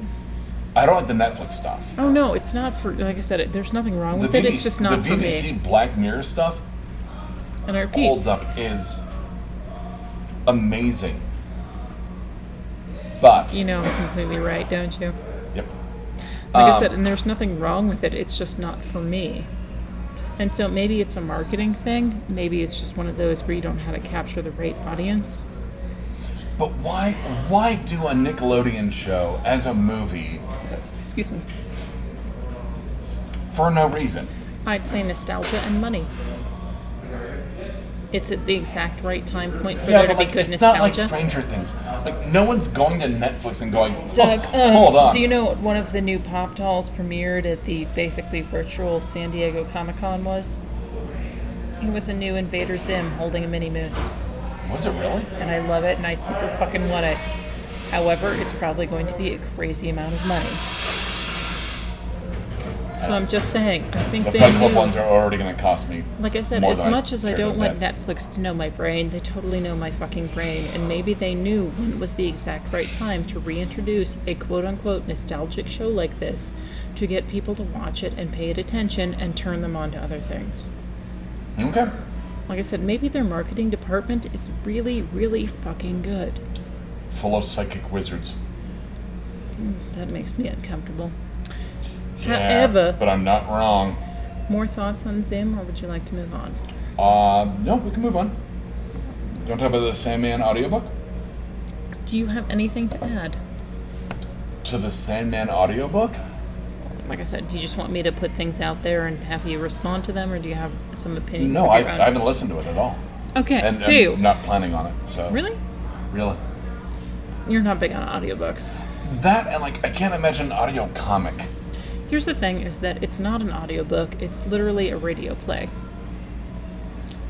[SPEAKER 1] I don't like the Netflix stuff.
[SPEAKER 2] Oh no, it's not for. Like I said, it, there's nothing wrong
[SPEAKER 1] The
[SPEAKER 2] with it. It's just not
[SPEAKER 1] the
[SPEAKER 2] for
[SPEAKER 1] BBC
[SPEAKER 2] me.
[SPEAKER 1] Black Mirror stuff
[SPEAKER 2] And I repeat,
[SPEAKER 1] holds up is amazing. But
[SPEAKER 2] you know, I'm completely right, don't you?
[SPEAKER 1] yep.
[SPEAKER 2] Like I
[SPEAKER 1] Um,
[SPEAKER 2] said, and there's nothing wrong with it. It's just not for me. And so maybe it's a marketing thing. Maybe it's just one of those where you don't know how to capture the right audience.
[SPEAKER 1] But why why do a Nickelodeon show as a movie
[SPEAKER 2] Excuse me.
[SPEAKER 1] for no reason?
[SPEAKER 2] I'd say nostalgia and money. It's at the exact right time point for there to
[SPEAKER 1] but,
[SPEAKER 2] be
[SPEAKER 1] like,
[SPEAKER 2] good
[SPEAKER 1] it's not like
[SPEAKER 2] nostalgia.
[SPEAKER 1] Stranger Things. Like no one's going to Netflix and going, "Oh,
[SPEAKER 2] Doug, uh,
[SPEAKER 1] hold on.
[SPEAKER 2] do you know what one of the new pop dolls premiered at the basically virtual San Diego Comic Con was? It was a new Invader Zim holding a mini moose,
[SPEAKER 1] Was it really?
[SPEAKER 2] and I love it, and I super fucking want it. However, it's probably going to be a crazy amount of money. So I'm just saying, I think
[SPEAKER 1] The
[SPEAKER 2] they
[SPEAKER 1] Fed Club
[SPEAKER 2] knew.
[SPEAKER 1] ones are already going to cost me.
[SPEAKER 2] Like I said,
[SPEAKER 1] more
[SPEAKER 2] as
[SPEAKER 1] than I
[SPEAKER 2] much as I
[SPEAKER 1] care
[SPEAKER 2] don't
[SPEAKER 1] to
[SPEAKER 2] want
[SPEAKER 1] admit.
[SPEAKER 2] Netflix to know my brain, they totally know my fucking brain, and maybe they knew when was the exact right time to reintroduce a quote unquote nostalgic show like this to get people to watch it and pay it attention and turn them on to other things.
[SPEAKER 1] Okay.
[SPEAKER 2] Like I said, maybe their marketing department is really, really fucking good.
[SPEAKER 1] Full of psychic wizards.
[SPEAKER 2] That makes me uncomfortable.
[SPEAKER 1] Yeah,
[SPEAKER 2] However-
[SPEAKER 1] but I'm not wrong.
[SPEAKER 2] More thoughts on Zim, or would you like to move on?
[SPEAKER 1] Uh, no, we can move on. You want to talk about the Sandman audiobook?
[SPEAKER 2] Do you have anything to add?
[SPEAKER 1] To the Sandman audiobook?
[SPEAKER 2] Like I said, do you just want me to put things out there and have you respond to them, or do you have some opinions?
[SPEAKER 1] No,
[SPEAKER 2] of
[SPEAKER 1] I,
[SPEAKER 2] your own?
[SPEAKER 1] I haven't listened to it at all.
[SPEAKER 2] Okay,
[SPEAKER 1] And um,
[SPEAKER 2] so
[SPEAKER 1] I'm not planning on it, so.
[SPEAKER 2] really,
[SPEAKER 1] Really?
[SPEAKER 2] you're not big on audiobooks.
[SPEAKER 1] That and like, I can't imagine an audio comic.
[SPEAKER 2] Here's the thing: is that it's not an audiobook; it's literally a radio play.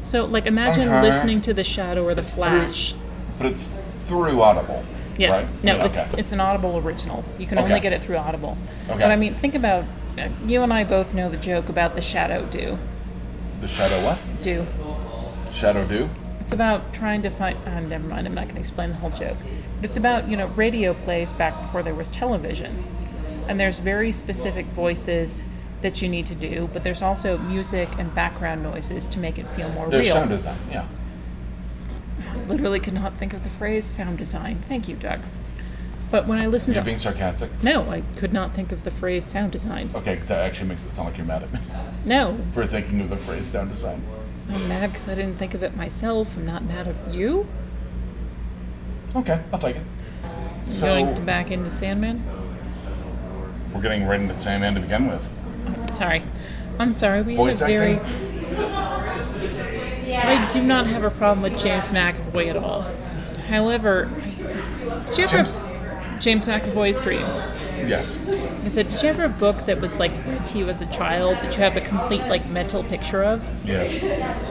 [SPEAKER 2] So, like, imagine
[SPEAKER 1] Okay.
[SPEAKER 2] listening to The Shadow or The
[SPEAKER 1] through-
[SPEAKER 2] Flash.
[SPEAKER 1] But it's through Audible.
[SPEAKER 2] Yes.
[SPEAKER 1] Right?
[SPEAKER 2] No,
[SPEAKER 1] Yeah,
[SPEAKER 2] it's,
[SPEAKER 1] okay.
[SPEAKER 2] it's an Audible original. You can only
[SPEAKER 1] Okay.
[SPEAKER 2] get it through Audible.
[SPEAKER 1] Okay.
[SPEAKER 2] But I mean, think about uh, you and I both know the joke about the shadow do
[SPEAKER 1] The Shadow what?
[SPEAKER 2] do.
[SPEAKER 1] Shadow Do?
[SPEAKER 2] It's about trying to find. Uh, never mind. I'm not going to explain the whole joke. But it's about you know radio plays back before there was television, and there's very specific voices that you need to do, but there's also music and background noises to make it feel more
[SPEAKER 1] There's
[SPEAKER 2] real.
[SPEAKER 1] sound design, yeah.
[SPEAKER 2] Literally could not think of the phrase sound design. Thank you, Doug. But when I listen
[SPEAKER 1] You're
[SPEAKER 2] to
[SPEAKER 1] being sarcastic.
[SPEAKER 2] no, I could not think of the phrase sound design.
[SPEAKER 1] Okay, because that actually makes it sound like you're mad at me
[SPEAKER 2] No,
[SPEAKER 1] for thinking of the phrase sound design.
[SPEAKER 2] I'm mad because I didn't think of it myself. I'm not mad at you.
[SPEAKER 1] Okay, I'll take it. So
[SPEAKER 2] Going back into Sandman.
[SPEAKER 1] we're getting right into Sandman to begin with.
[SPEAKER 2] Sorry. I'm sorry, we
[SPEAKER 1] Voice
[SPEAKER 2] have very.
[SPEAKER 1] acting.
[SPEAKER 2] I do not have a problem with James McAvoy at all. However, did you ever.
[SPEAKER 1] James-
[SPEAKER 2] James, McAvoy's Dream.
[SPEAKER 1] Yes.
[SPEAKER 2] I said, did you ever have a book that was like read to you as a child that you have a complete like mental picture of?
[SPEAKER 1] Yes.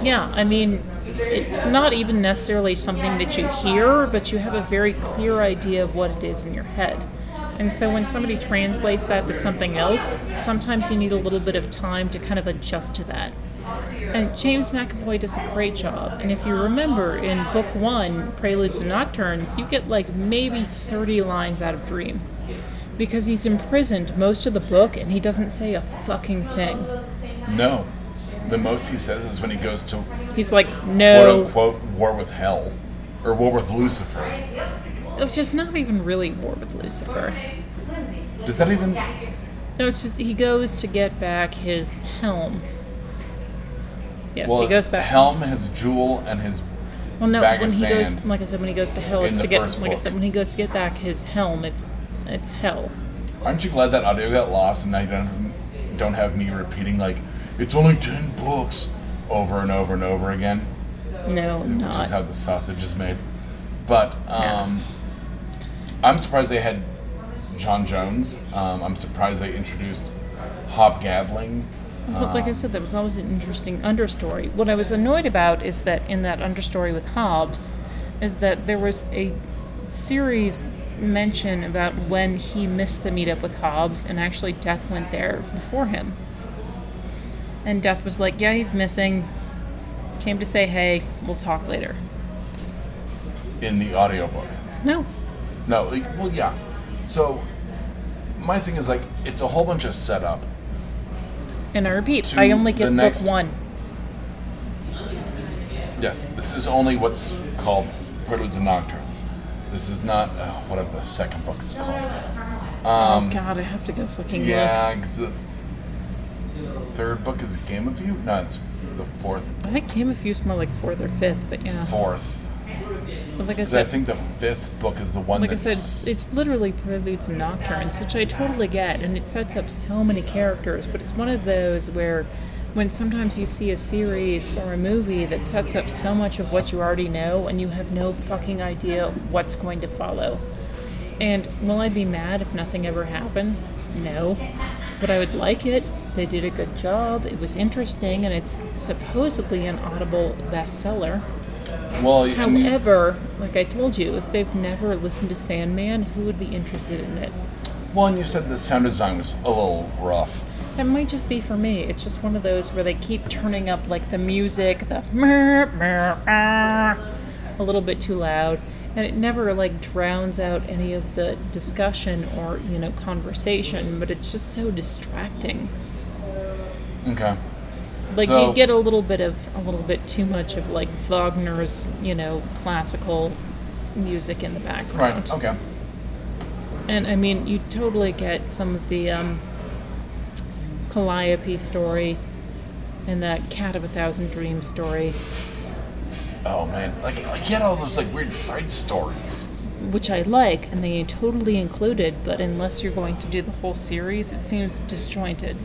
[SPEAKER 2] Yeah, I mean, it's not even necessarily something that you hear, but you have a very clear idea of what it is in your head. And so when somebody translates that to something else, sometimes you need a little bit of time to kind of adjust to that. And James McAvoy does a great job. And if you remember in book one, Preludes and Nocturnes, you get like maybe 30 lines out of Dream. Because he's imprisoned most of the book and he doesn't say a fucking thing.
[SPEAKER 1] No. The most he says is when he goes to
[SPEAKER 2] He's like,
[SPEAKER 1] quote
[SPEAKER 2] no.
[SPEAKER 1] unquote war with hell or war with Lucifer.
[SPEAKER 2] It's just not even really war with Lucifer.
[SPEAKER 1] Does that even?
[SPEAKER 2] No, it's just he goes to get back his helm. Yes,
[SPEAKER 1] Well,
[SPEAKER 2] he goes back.
[SPEAKER 1] Helm, his jewel, and his
[SPEAKER 2] well, no,
[SPEAKER 1] bag of
[SPEAKER 2] when he goes,
[SPEAKER 1] sand
[SPEAKER 2] like I said, when he goes to hell,
[SPEAKER 1] in
[SPEAKER 2] it's
[SPEAKER 1] the
[SPEAKER 2] to get,
[SPEAKER 1] first
[SPEAKER 2] like I
[SPEAKER 1] book.
[SPEAKER 2] said, when he goes to get back his helm, it's it's hell.
[SPEAKER 1] Aren't you glad that audio got lost and I don't don't have me repeating like it's only ten books over and over and over again,
[SPEAKER 2] No,
[SPEAKER 1] which is
[SPEAKER 2] not.
[SPEAKER 1] how the sausage is made. But um,
[SPEAKER 2] Yes.
[SPEAKER 1] I'm surprised they had John Jones. Um, I'm surprised they introduced Hop Gadling.
[SPEAKER 2] But like I said, there was always an interesting understory. What I was annoyed about is that in that understory with Hobbes, is that there was a series mention about when he missed the meetup with Hobbes, and actually Death went there before him. And Death was like, "Yeah, he's missing. Came to say hey. We'll talk later."
[SPEAKER 1] in the audiobook.
[SPEAKER 2] No,
[SPEAKER 1] No, like, well, yeah. So my thing is like it's a whole bunch of setup.
[SPEAKER 2] and I repeat,
[SPEAKER 1] To
[SPEAKER 2] I only get
[SPEAKER 1] the
[SPEAKER 2] book
[SPEAKER 1] next-
[SPEAKER 2] one.
[SPEAKER 1] Yes, this is only what's called Preludes and Nocturnes. This is not uh, whatever the second book is called.
[SPEAKER 2] God, I have to go fucking
[SPEAKER 1] um,
[SPEAKER 2] look.
[SPEAKER 1] Yeah, 'cause the th- third book is Game of You. No, it's the fourth,
[SPEAKER 2] I think Game of Use more like fourth or fifth, but yeah.
[SPEAKER 1] fourth.
[SPEAKER 2] But like I
[SPEAKER 1] 'Cause
[SPEAKER 2] said,
[SPEAKER 1] I think the fifth book is the one.
[SPEAKER 2] Like I
[SPEAKER 1] that's,
[SPEAKER 2] said, it's, it's literally preludes and nocturnes, which I totally get, and it sets up so many characters. But it's one of those where, when sometimes you see a series or a movie that sets up so much of what you already know, and you have no fucking idea of what's going to follow. And will I be mad if nothing ever happens? No. But I would like it. They did a good job. It was interesting, and it's supposedly an audible bestseller.
[SPEAKER 1] well, I mean,
[SPEAKER 2] However, like I told you, if they've never listened to Sandman, who would be interested in it?
[SPEAKER 1] well, and you said the sound design was a little rough.
[SPEAKER 2] That might just be for me. It's just one of those where they keep turning up like the music, the mer, mer, ah, a little bit too loud, and it never like drowns out any of the discussion or you know conversation. But it's just so distracting.
[SPEAKER 1] Okay.
[SPEAKER 2] Like
[SPEAKER 1] So-
[SPEAKER 2] you get a little bit of a little bit too much of like Wagner's you know classical music in the background.
[SPEAKER 1] Right. Okay.
[SPEAKER 2] And I mean, you totally get some of the um, Calliope story and the Cat of a Thousand Dreams story,
[SPEAKER 1] Oh man, like you had all those like weird side stories.
[SPEAKER 2] which I like and they totally included, but unless you're going to do the whole series, it seems disjointed.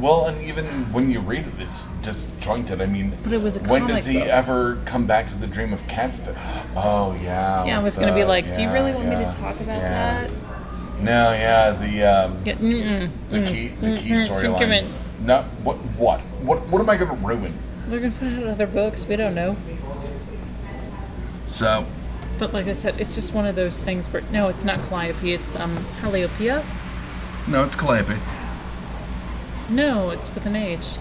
[SPEAKER 1] Well, and even when you read it, it's disjointed. I mean,
[SPEAKER 2] But it was a
[SPEAKER 1] when does
[SPEAKER 2] comic
[SPEAKER 1] he
[SPEAKER 2] book.
[SPEAKER 1] ever come back to the dream of cats? That, oh yeah.
[SPEAKER 2] Yeah, I
[SPEAKER 1] with
[SPEAKER 2] was going to be
[SPEAKER 1] the-
[SPEAKER 2] like, do you
[SPEAKER 1] yeah,
[SPEAKER 2] really want me
[SPEAKER 1] yeah,
[SPEAKER 2] to talk about
[SPEAKER 1] yeah."
[SPEAKER 2] that?
[SPEAKER 1] No, yeah, the um,
[SPEAKER 2] Yeah, mm-mm.
[SPEAKER 1] the key the key
[SPEAKER 2] mm, come
[SPEAKER 1] storyline.
[SPEAKER 2] in.
[SPEAKER 1] No, what what what what am I going to ruin?
[SPEAKER 2] They're going to put out other books. We don't know.
[SPEAKER 1] So,
[SPEAKER 2] But like I said, it's just one of those things where, no, it's not Calliope, it's um, Halliopia.
[SPEAKER 1] no, it's Calliope.
[SPEAKER 2] No, it's with an H.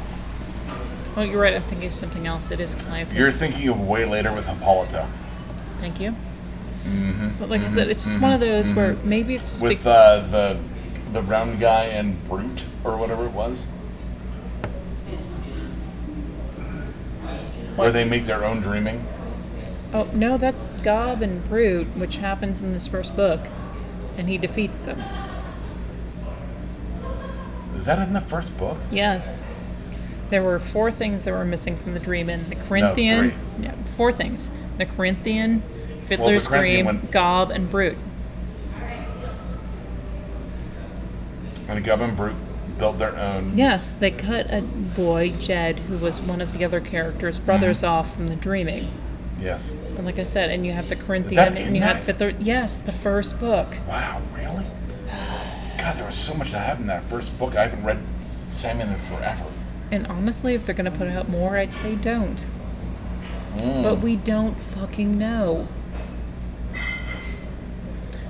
[SPEAKER 2] Oh, you're right. I'm thinking of something else. It is Calliope.
[SPEAKER 1] You're thinking of way later with Hippolyta,
[SPEAKER 2] Thank you.
[SPEAKER 1] Mm-hmm.
[SPEAKER 2] But like I said, it's just one of those where maybe it's just
[SPEAKER 1] with
[SPEAKER 2] bec-
[SPEAKER 1] uh, the the round guy and brute or whatever it was, where they make their own dreaming.
[SPEAKER 2] oh no, that's Gob and Brute, which happens in this first book, and he defeats them.
[SPEAKER 1] Is that in the first book?
[SPEAKER 2] Yes, there were four things that were missing from the Dream Inn: the Corinthian, no, four things: the Corinthian, Fiddler's
[SPEAKER 1] Corinthian
[SPEAKER 2] Dream,
[SPEAKER 1] one-
[SPEAKER 2] Gob, and Brute.
[SPEAKER 1] And Gub and Brute built their own.
[SPEAKER 2] Yes, they cut a boy, Jed, who was one of the other characters' brothers,
[SPEAKER 1] Mm-hmm.
[SPEAKER 2] off from the Dreaming.
[SPEAKER 1] Yes.
[SPEAKER 2] And like I said, and you have the Corinthian,
[SPEAKER 1] in
[SPEAKER 2] and you have the
[SPEAKER 1] that?
[SPEAKER 2] third. Yes, the first book.
[SPEAKER 1] Wow, really? God, there was so much that happened in that first book. I haven't read Salmon in forever.
[SPEAKER 2] And honestly, if they're going to put out more, I'd say don't.
[SPEAKER 1] Mm.
[SPEAKER 2] But we don't fucking know.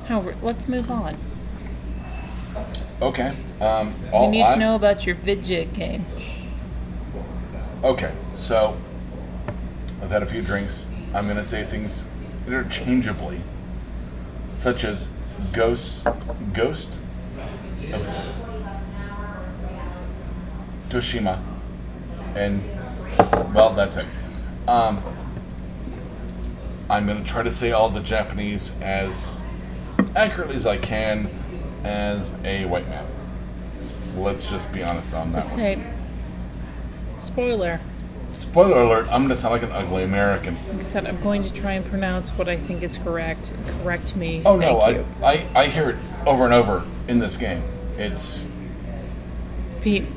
[SPEAKER 2] Howard, let's move on.
[SPEAKER 1] Okay. Um,
[SPEAKER 2] You
[SPEAKER 1] all
[SPEAKER 2] need
[SPEAKER 1] I-
[SPEAKER 2] to know about your vidjig game.
[SPEAKER 1] Okay, so I've had a few drinks. I'm going to say things interchangeably, such as ghost, ghost of Toshima, and well, that's it. Um, I'm going to try to say all the Japanese as accurately as I can as a white man. Let's just be honest on that
[SPEAKER 2] Just
[SPEAKER 1] one.
[SPEAKER 2] say, spoiler.
[SPEAKER 1] Spoiler alert, I'm gonna sound like an ugly American.
[SPEAKER 2] Like I said, I'm going to try and pronounce what I think is correct. Correct me.
[SPEAKER 1] Oh no,
[SPEAKER 2] Thank
[SPEAKER 1] I,
[SPEAKER 2] you.
[SPEAKER 1] I I hear it over and over in this game. It's
[SPEAKER 2] Pete,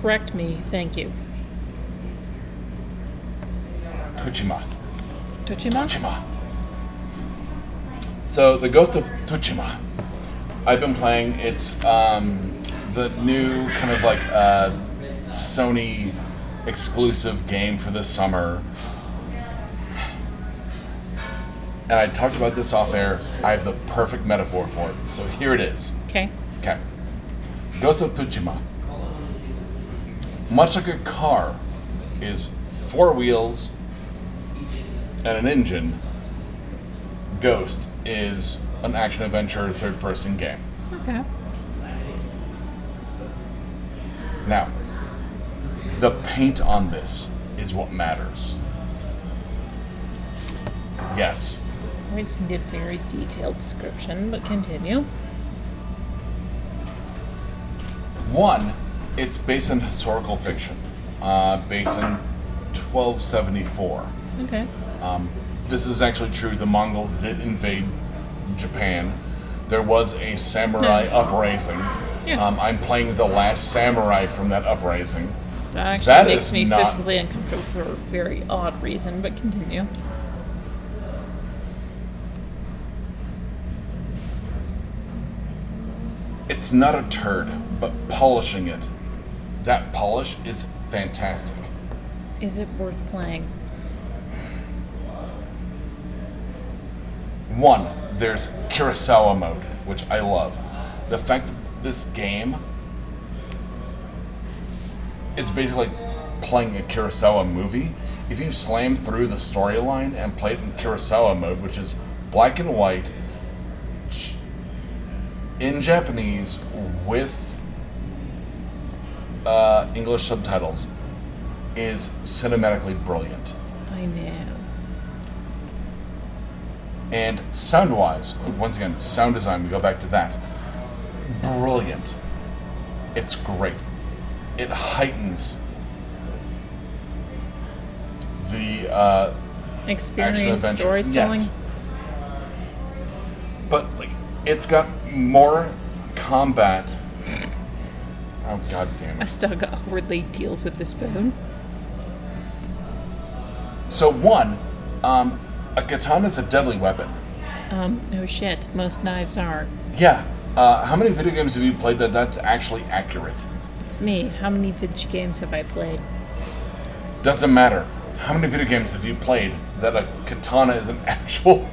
[SPEAKER 2] correct me, thank you.
[SPEAKER 1] Tuchima.
[SPEAKER 2] Tochima?
[SPEAKER 1] Tuchima. So the Ghost of Tuchima. I've been playing. It's um, the new kind of like uh, Sony exclusive game for this summer. And I talked about this off air. I have the perfect metaphor for it. So here it is.
[SPEAKER 2] Okay.
[SPEAKER 1] Okay. Ghost of Tsushima. Much like a car is four wheels and an engine, Ghost is an action adventure third person game.
[SPEAKER 2] Okay.
[SPEAKER 1] Now, the paint on this is what matters. Yes.
[SPEAKER 2] Which did very detailed description, but continue.
[SPEAKER 1] One, it's based on historical fiction, uh, based in 1274.
[SPEAKER 2] Okay.
[SPEAKER 1] This is actually true. The Mongols did invade Japan. There was a samurai
[SPEAKER 2] Yeah.
[SPEAKER 1] uprising.
[SPEAKER 2] Yeah.
[SPEAKER 1] Um, I'm playing the last samurai from that uprising.
[SPEAKER 2] That actually
[SPEAKER 1] That
[SPEAKER 2] makes
[SPEAKER 1] is
[SPEAKER 2] me
[SPEAKER 1] not-
[SPEAKER 2] physically uncomfortable for a very odd reason, but continue.
[SPEAKER 1] It's not a turd, but polishing it. That polish is fantastic.
[SPEAKER 2] Is it worth playing?
[SPEAKER 1] One, there's Kurosawa mode, which I love. The fact that this game is basically playing a Kurosawa movie. If you slam through the storyline and play it in Kurosawa mode, which is black and white, ch- in Japanese with uh, English subtitles, is cinematically brilliant.
[SPEAKER 2] I know.
[SPEAKER 1] And sound wise, once again, sound design, we go back to that. Brilliant. It's great. It heightens the uh, action
[SPEAKER 2] Experience
[SPEAKER 1] adventure.
[SPEAKER 2] storytelling.
[SPEAKER 1] Yes. But, like, it's got more combat. Oh, god damn it.
[SPEAKER 2] Astaga awkwardly deals with the spoon.
[SPEAKER 1] So, one, um, a katana is a deadly weapon.
[SPEAKER 2] Um, no shit. Most knives are.
[SPEAKER 1] Yeah. Uh, how many video games have you played that that's actually accurate?
[SPEAKER 2] It's me. How many Vidge games have I played?
[SPEAKER 1] Doesn't matter. How many video games have you played that a katana is an actual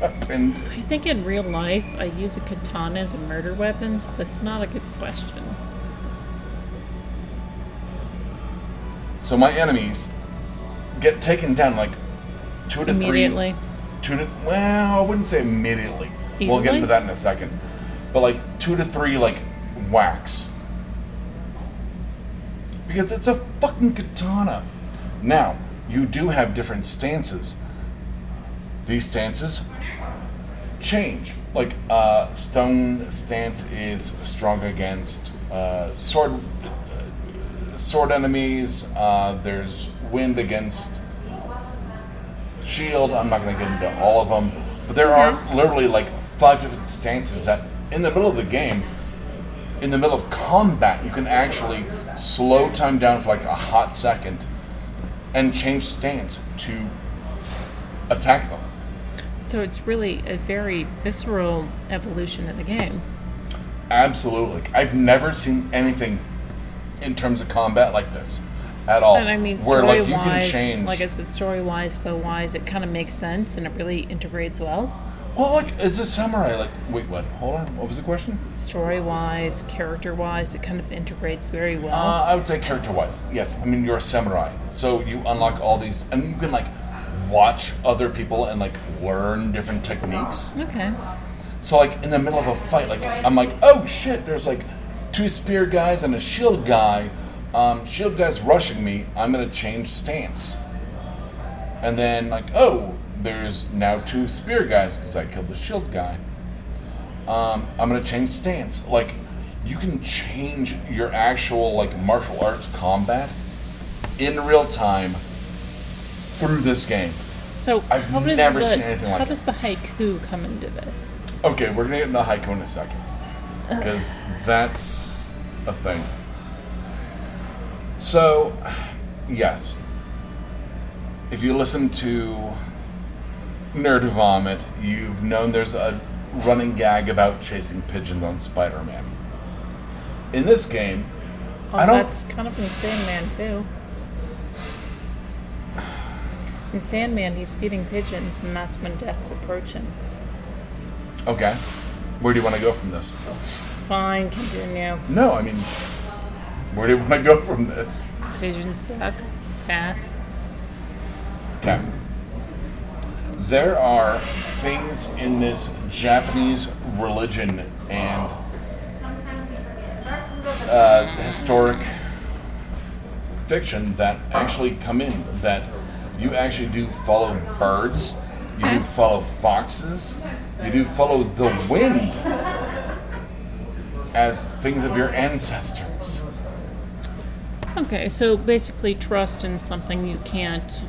[SPEAKER 1] weapon?
[SPEAKER 2] I think in real life I use a katana as a murder weapon, so that's not a good question.
[SPEAKER 1] So my enemies get taken down like two to
[SPEAKER 2] Immediately.
[SPEAKER 1] three. Two to well, I wouldn't say immediately. We'll get
[SPEAKER 2] Easily?
[SPEAKER 1] into that in a second. But like two to three like whacks. Because it's a fucking katana. Now, you do have different stances. These stances change. Like uh, stone stance is strong against uh, sword uh, sword enemies. Uh, there's wind against shield. I'm not going to get into all of them, but there
[SPEAKER 2] Okay.
[SPEAKER 1] are literally like five different stances that in the middle of the game, in the middle of combat, you can actually slow time down for like a hot second and change stance to attack them.
[SPEAKER 2] So it's really a very visceral evolution of the game.
[SPEAKER 1] Absolutely. I've never seen anything in terms of combat like this at all.
[SPEAKER 2] And I mean,
[SPEAKER 1] where
[SPEAKER 2] story
[SPEAKER 1] like you can
[SPEAKER 2] wise,
[SPEAKER 1] change.
[SPEAKER 2] like I said, story wise, but wise, it kind of makes sense and it really integrates well.
[SPEAKER 1] well, like as a samurai, like wait, what? Hold on. What was the question?
[SPEAKER 2] Story wise, character wise, it kind of integrates very well.
[SPEAKER 1] Uh, I would say character-wise, yes. I mean, you're a samurai, so you unlock all these, and you can like watch other people and like learn different techniques.
[SPEAKER 2] okay.
[SPEAKER 1] So like in the middle of a fight, like I'm like, oh shit, there's like two spear guys and a shield guy. Um, shield guy's rushing me. I'm gonna change stance. And then like, oh, there's now two spear guys because I killed the shield guy. Um, I'm gonna change stance. Like, you can change your actual like martial arts combat in real time through this game.
[SPEAKER 2] So
[SPEAKER 1] I've
[SPEAKER 2] how does
[SPEAKER 1] never
[SPEAKER 2] the,
[SPEAKER 1] seen anything like
[SPEAKER 2] how
[SPEAKER 1] it.
[SPEAKER 2] does the haiku come into this?
[SPEAKER 1] Okay, we're gonna get into haiku in a second because that's a thing. So, yes. If you listen to Nerd Vomit, you've known there's a running gag about chasing pigeons on Spider Man. In this game,
[SPEAKER 2] Oh,
[SPEAKER 1] I don't-
[SPEAKER 2] that's kind of in Sandman too. In Sandman, he's feeding pigeons, and that's when death's approaching.
[SPEAKER 1] okay, where do you want to go from this?
[SPEAKER 2] Fine, continue.
[SPEAKER 1] No, I mean, where do you want to go from this?
[SPEAKER 2] Pigeons suck. Pass.
[SPEAKER 1] Okay. There are things in this Japanese religion and uh, historic fiction that actually come in that you actually do follow birds, you do follow foxes, you do follow the wind as things of your ancestors.
[SPEAKER 2] Okay, so basically, trust in something you can't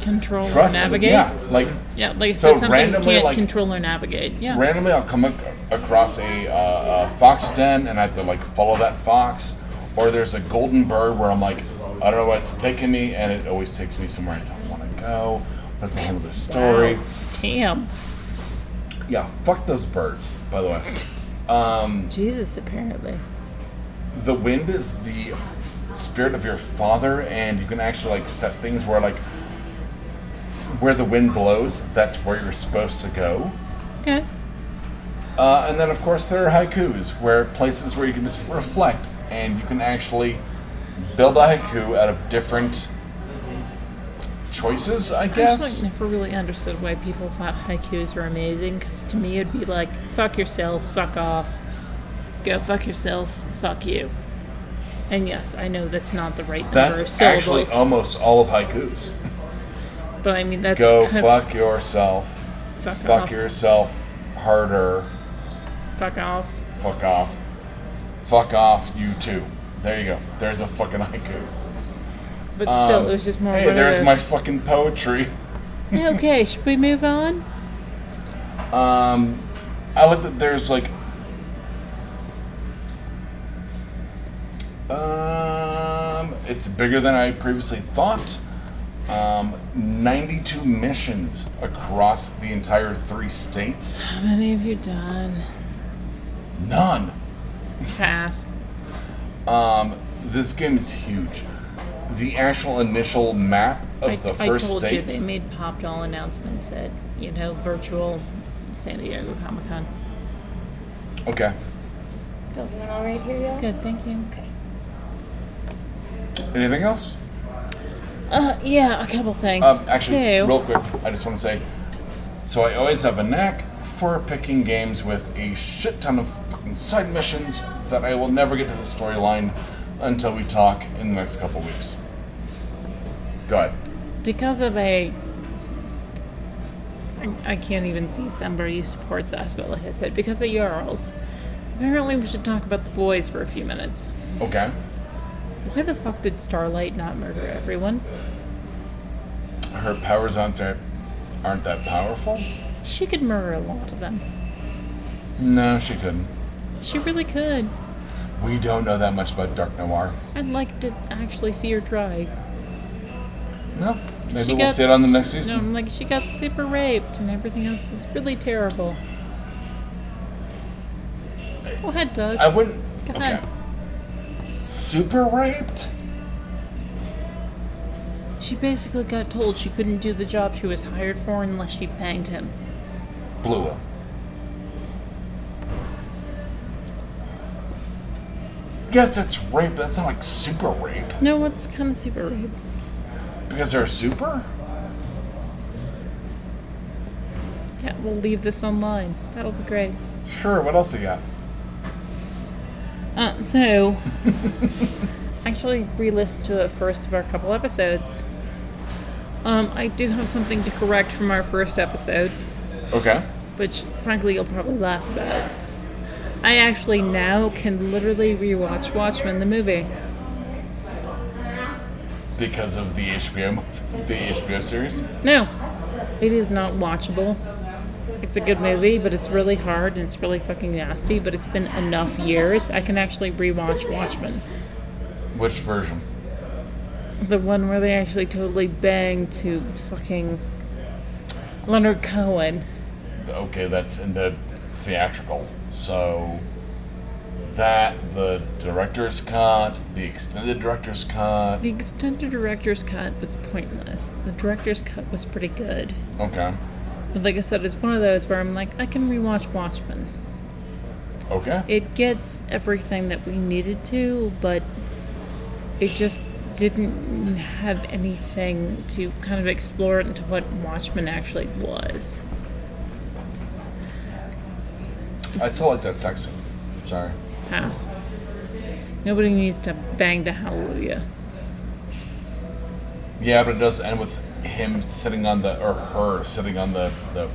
[SPEAKER 2] control
[SPEAKER 1] Trust
[SPEAKER 2] or
[SPEAKER 1] in-
[SPEAKER 2] navigate.
[SPEAKER 1] yeah, like
[SPEAKER 2] Yeah, like
[SPEAKER 1] So
[SPEAKER 2] so something you
[SPEAKER 1] randomly,
[SPEAKER 2] can't
[SPEAKER 1] like-
[SPEAKER 2] control or navigate. Yeah.
[SPEAKER 1] randomly I'll come ac- across a, uh, a fox den and I have to like follow that fox, or there's a golden bird where I'm like, I don't know where it's taking me, and it always takes me somewhere I don't want to go. But That's a whole other story.
[SPEAKER 2] Wow. Damn.
[SPEAKER 1] Yeah, fuck those birds. By the way,
[SPEAKER 2] Jesus, apparently.
[SPEAKER 1] the wind is the spirit of your father, and you can actually like set things where like where the wind blows, that's where you're supposed to go.
[SPEAKER 2] Okay.
[SPEAKER 1] Uh, and then, of course, there are haikus, where places where you can just reflect and you can actually build a haiku out of different choices, I
[SPEAKER 2] I just
[SPEAKER 1] guess.
[SPEAKER 2] like never really understood why people thought haikus were amazing. Because to me, it'd be like, fuck yourself, fuck off, go fuck yourself, fuck you. And yes, I know that's not the right number of
[SPEAKER 1] That's actually
[SPEAKER 2] syllables,
[SPEAKER 1] almost all of haikus.
[SPEAKER 2] but I mean that's
[SPEAKER 1] Go
[SPEAKER 2] kind
[SPEAKER 1] fuck yourself,
[SPEAKER 2] of fuck,
[SPEAKER 1] fuck
[SPEAKER 2] off,
[SPEAKER 1] yourself harder,
[SPEAKER 2] fuck off.
[SPEAKER 1] fuck off, fuck off, you too. There you go. There's a fucking haiku.
[SPEAKER 2] But still,
[SPEAKER 1] Um,
[SPEAKER 2] it was just more.
[SPEAKER 1] Hey,
[SPEAKER 2] one of
[SPEAKER 1] there's my
[SPEAKER 2] those-
[SPEAKER 1] fucking poetry.
[SPEAKER 2] okay, should we move on?
[SPEAKER 1] Um, I like that there's like. Um, it's bigger than I previously thought. Um, 92 missions across the entire three states.
[SPEAKER 2] How many have you done?
[SPEAKER 1] None.
[SPEAKER 2] Pass.
[SPEAKER 1] Um, this game is huge. The actual initial map of
[SPEAKER 2] I,
[SPEAKER 1] the
[SPEAKER 2] I
[SPEAKER 1] first
[SPEAKER 2] told you
[SPEAKER 1] state.
[SPEAKER 2] they made Pop Doll announcements at you know virtual San Diego Comic Con.
[SPEAKER 1] okay.
[SPEAKER 2] Still
[SPEAKER 3] Doing all right here, y'all?
[SPEAKER 2] good, thank you.
[SPEAKER 3] Okay.
[SPEAKER 1] Anything else?
[SPEAKER 2] Uh, yeah, a couple things.
[SPEAKER 1] Um, actually,
[SPEAKER 2] so,
[SPEAKER 1] real quick, I just want to say, so I always have a knack for picking games with a shit ton of fucking side missions that I will never get to the storyline until we talk in the next couple weeks. Go ahead.
[SPEAKER 2] because of a, I, I can't even see somebody who supports us, but like I said, because of Jarls, apparently we should talk about the boys for a few minutes.
[SPEAKER 1] Okay.
[SPEAKER 2] Why the fuck did Starlight not murder everyone?
[SPEAKER 1] Her powers aren't that aren't that powerful.
[SPEAKER 2] She could murder a lot of them.
[SPEAKER 1] No, she couldn't.
[SPEAKER 2] She really could.
[SPEAKER 1] We don't know that much about Dark Noir.
[SPEAKER 2] I'd like to actually see her try.
[SPEAKER 1] No. Maybe
[SPEAKER 2] She
[SPEAKER 1] we'll
[SPEAKER 2] got-
[SPEAKER 1] see it on the next
[SPEAKER 2] No,
[SPEAKER 1] season.
[SPEAKER 2] I'm like she got super raped, and everything else is really terrible. Go ahead, Doug.
[SPEAKER 1] I wouldn't.
[SPEAKER 2] Go
[SPEAKER 1] okay.
[SPEAKER 2] ahead.
[SPEAKER 1] Super raped.
[SPEAKER 2] She basically got told she couldn't do the job she was hired for unless she banged him.
[SPEAKER 1] Blue Will. Yes, that's rape. That's not like super rape.
[SPEAKER 2] No, it's kind of super rape.
[SPEAKER 1] Because they're super?
[SPEAKER 2] Yeah, we'll leave this online. That'll be great.
[SPEAKER 1] Sure, what else you got?
[SPEAKER 2] Uh, so, actually, re-listened to it first of our couple episodes. Um, I do have something to correct from our first episode.
[SPEAKER 1] Okay.
[SPEAKER 2] which frankly you'll probably laugh about. I actually now can literally rewatch Watchmen the movie.
[SPEAKER 1] Because of the HBO mov- the HBO series?
[SPEAKER 2] No, it is not watchable. It's a good movie, but it's really hard and it's really fucking nasty. But it's been enough years I can actually rewatch Watchmen.
[SPEAKER 1] Which version?
[SPEAKER 2] The one where they actually totally banged to fucking Leonard Cohen.
[SPEAKER 1] Okay, that's in the theatrical. So that the director's cut, the extended director's cut.
[SPEAKER 2] The extended director's cut was pointless. The director's cut was pretty good.
[SPEAKER 1] Okay.
[SPEAKER 2] But like I said, it's one of those where I'm like, I can rewatch Watchmen.
[SPEAKER 1] Okay.
[SPEAKER 2] It gets everything that we needed to, but it just didn't have anything to kind of explore into what Watchmen actually was.
[SPEAKER 1] I still like that sex scene. Sorry.
[SPEAKER 2] Pass. Nobody needs to bang to hallelujah.
[SPEAKER 1] Yeah, but it does end with him sitting on the or her sitting on the the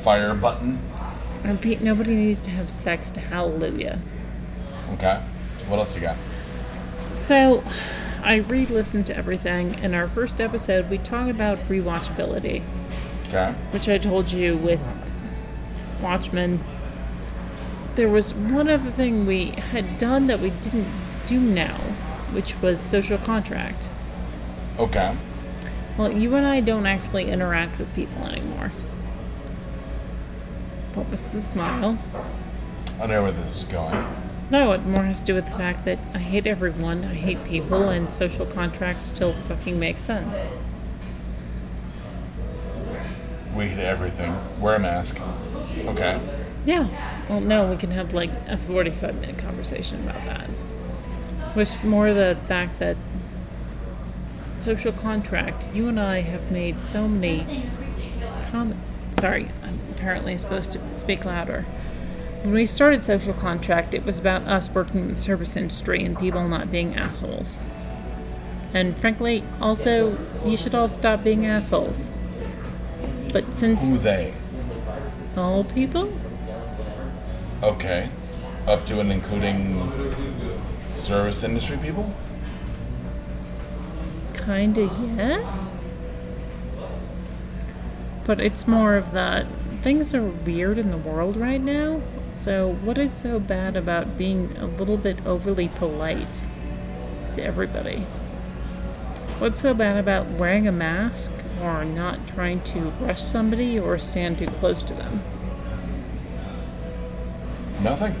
[SPEAKER 1] fire button.
[SPEAKER 2] I repeat, nobody needs to have sex to hallelujah.
[SPEAKER 1] Okay. So what else you got?
[SPEAKER 2] So, I re listened to everything. In our first episode, we talked about rewatchability,
[SPEAKER 1] Okay.
[SPEAKER 2] which I told you with Watchmen. There was one other thing we had done that we didn't do now, which was social contract.
[SPEAKER 1] Okay.
[SPEAKER 2] Well, you and I don't actually interact with people anymore. What was the smile?
[SPEAKER 1] I know where this is going.
[SPEAKER 2] No, it more has to do with the fact that I hate everyone, I hate people, and social contract still fucking makes sense.
[SPEAKER 1] We hit everything. Wear a mask. Okay.
[SPEAKER 2] Yeah. Well, no, we can have like a 45 minute conversation about that. Which more the fact that social contract, you and I have made so many comments. Sorry, I'm apparently supposed to speak louder. When we started social contract, it was about us working in the service industry and people not being assholes. And frankly, also, you should all stop being assholes. But since
[SPEAKER 1] Who they?
[SPEAKER 2] all people,
[SPEAKER 1] Okay. Up to and including service industry people?
[SPEAKER 2] Kinda yes. But it's more of that things are weird in the world right now. So what is so bad about being a little bit overly polite to everybody? What's so bad about wearing a mask or not trying to rush somebody or stand too close to them?
[SPEAKER 1] Nothing.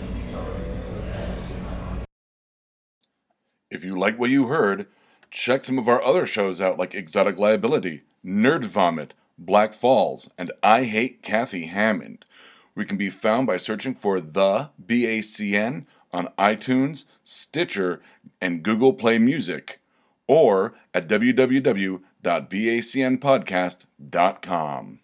[SPEAKER 1] If you like what you heard, check some of our other shows out like Exotic Liability, Nerd Vomit, Black Falls, and I Hate Kathy Hammond. We can be found by searching for The BACN on iTunes, Stitcher, and Google Play Music, or at www.bacnpodcast.com.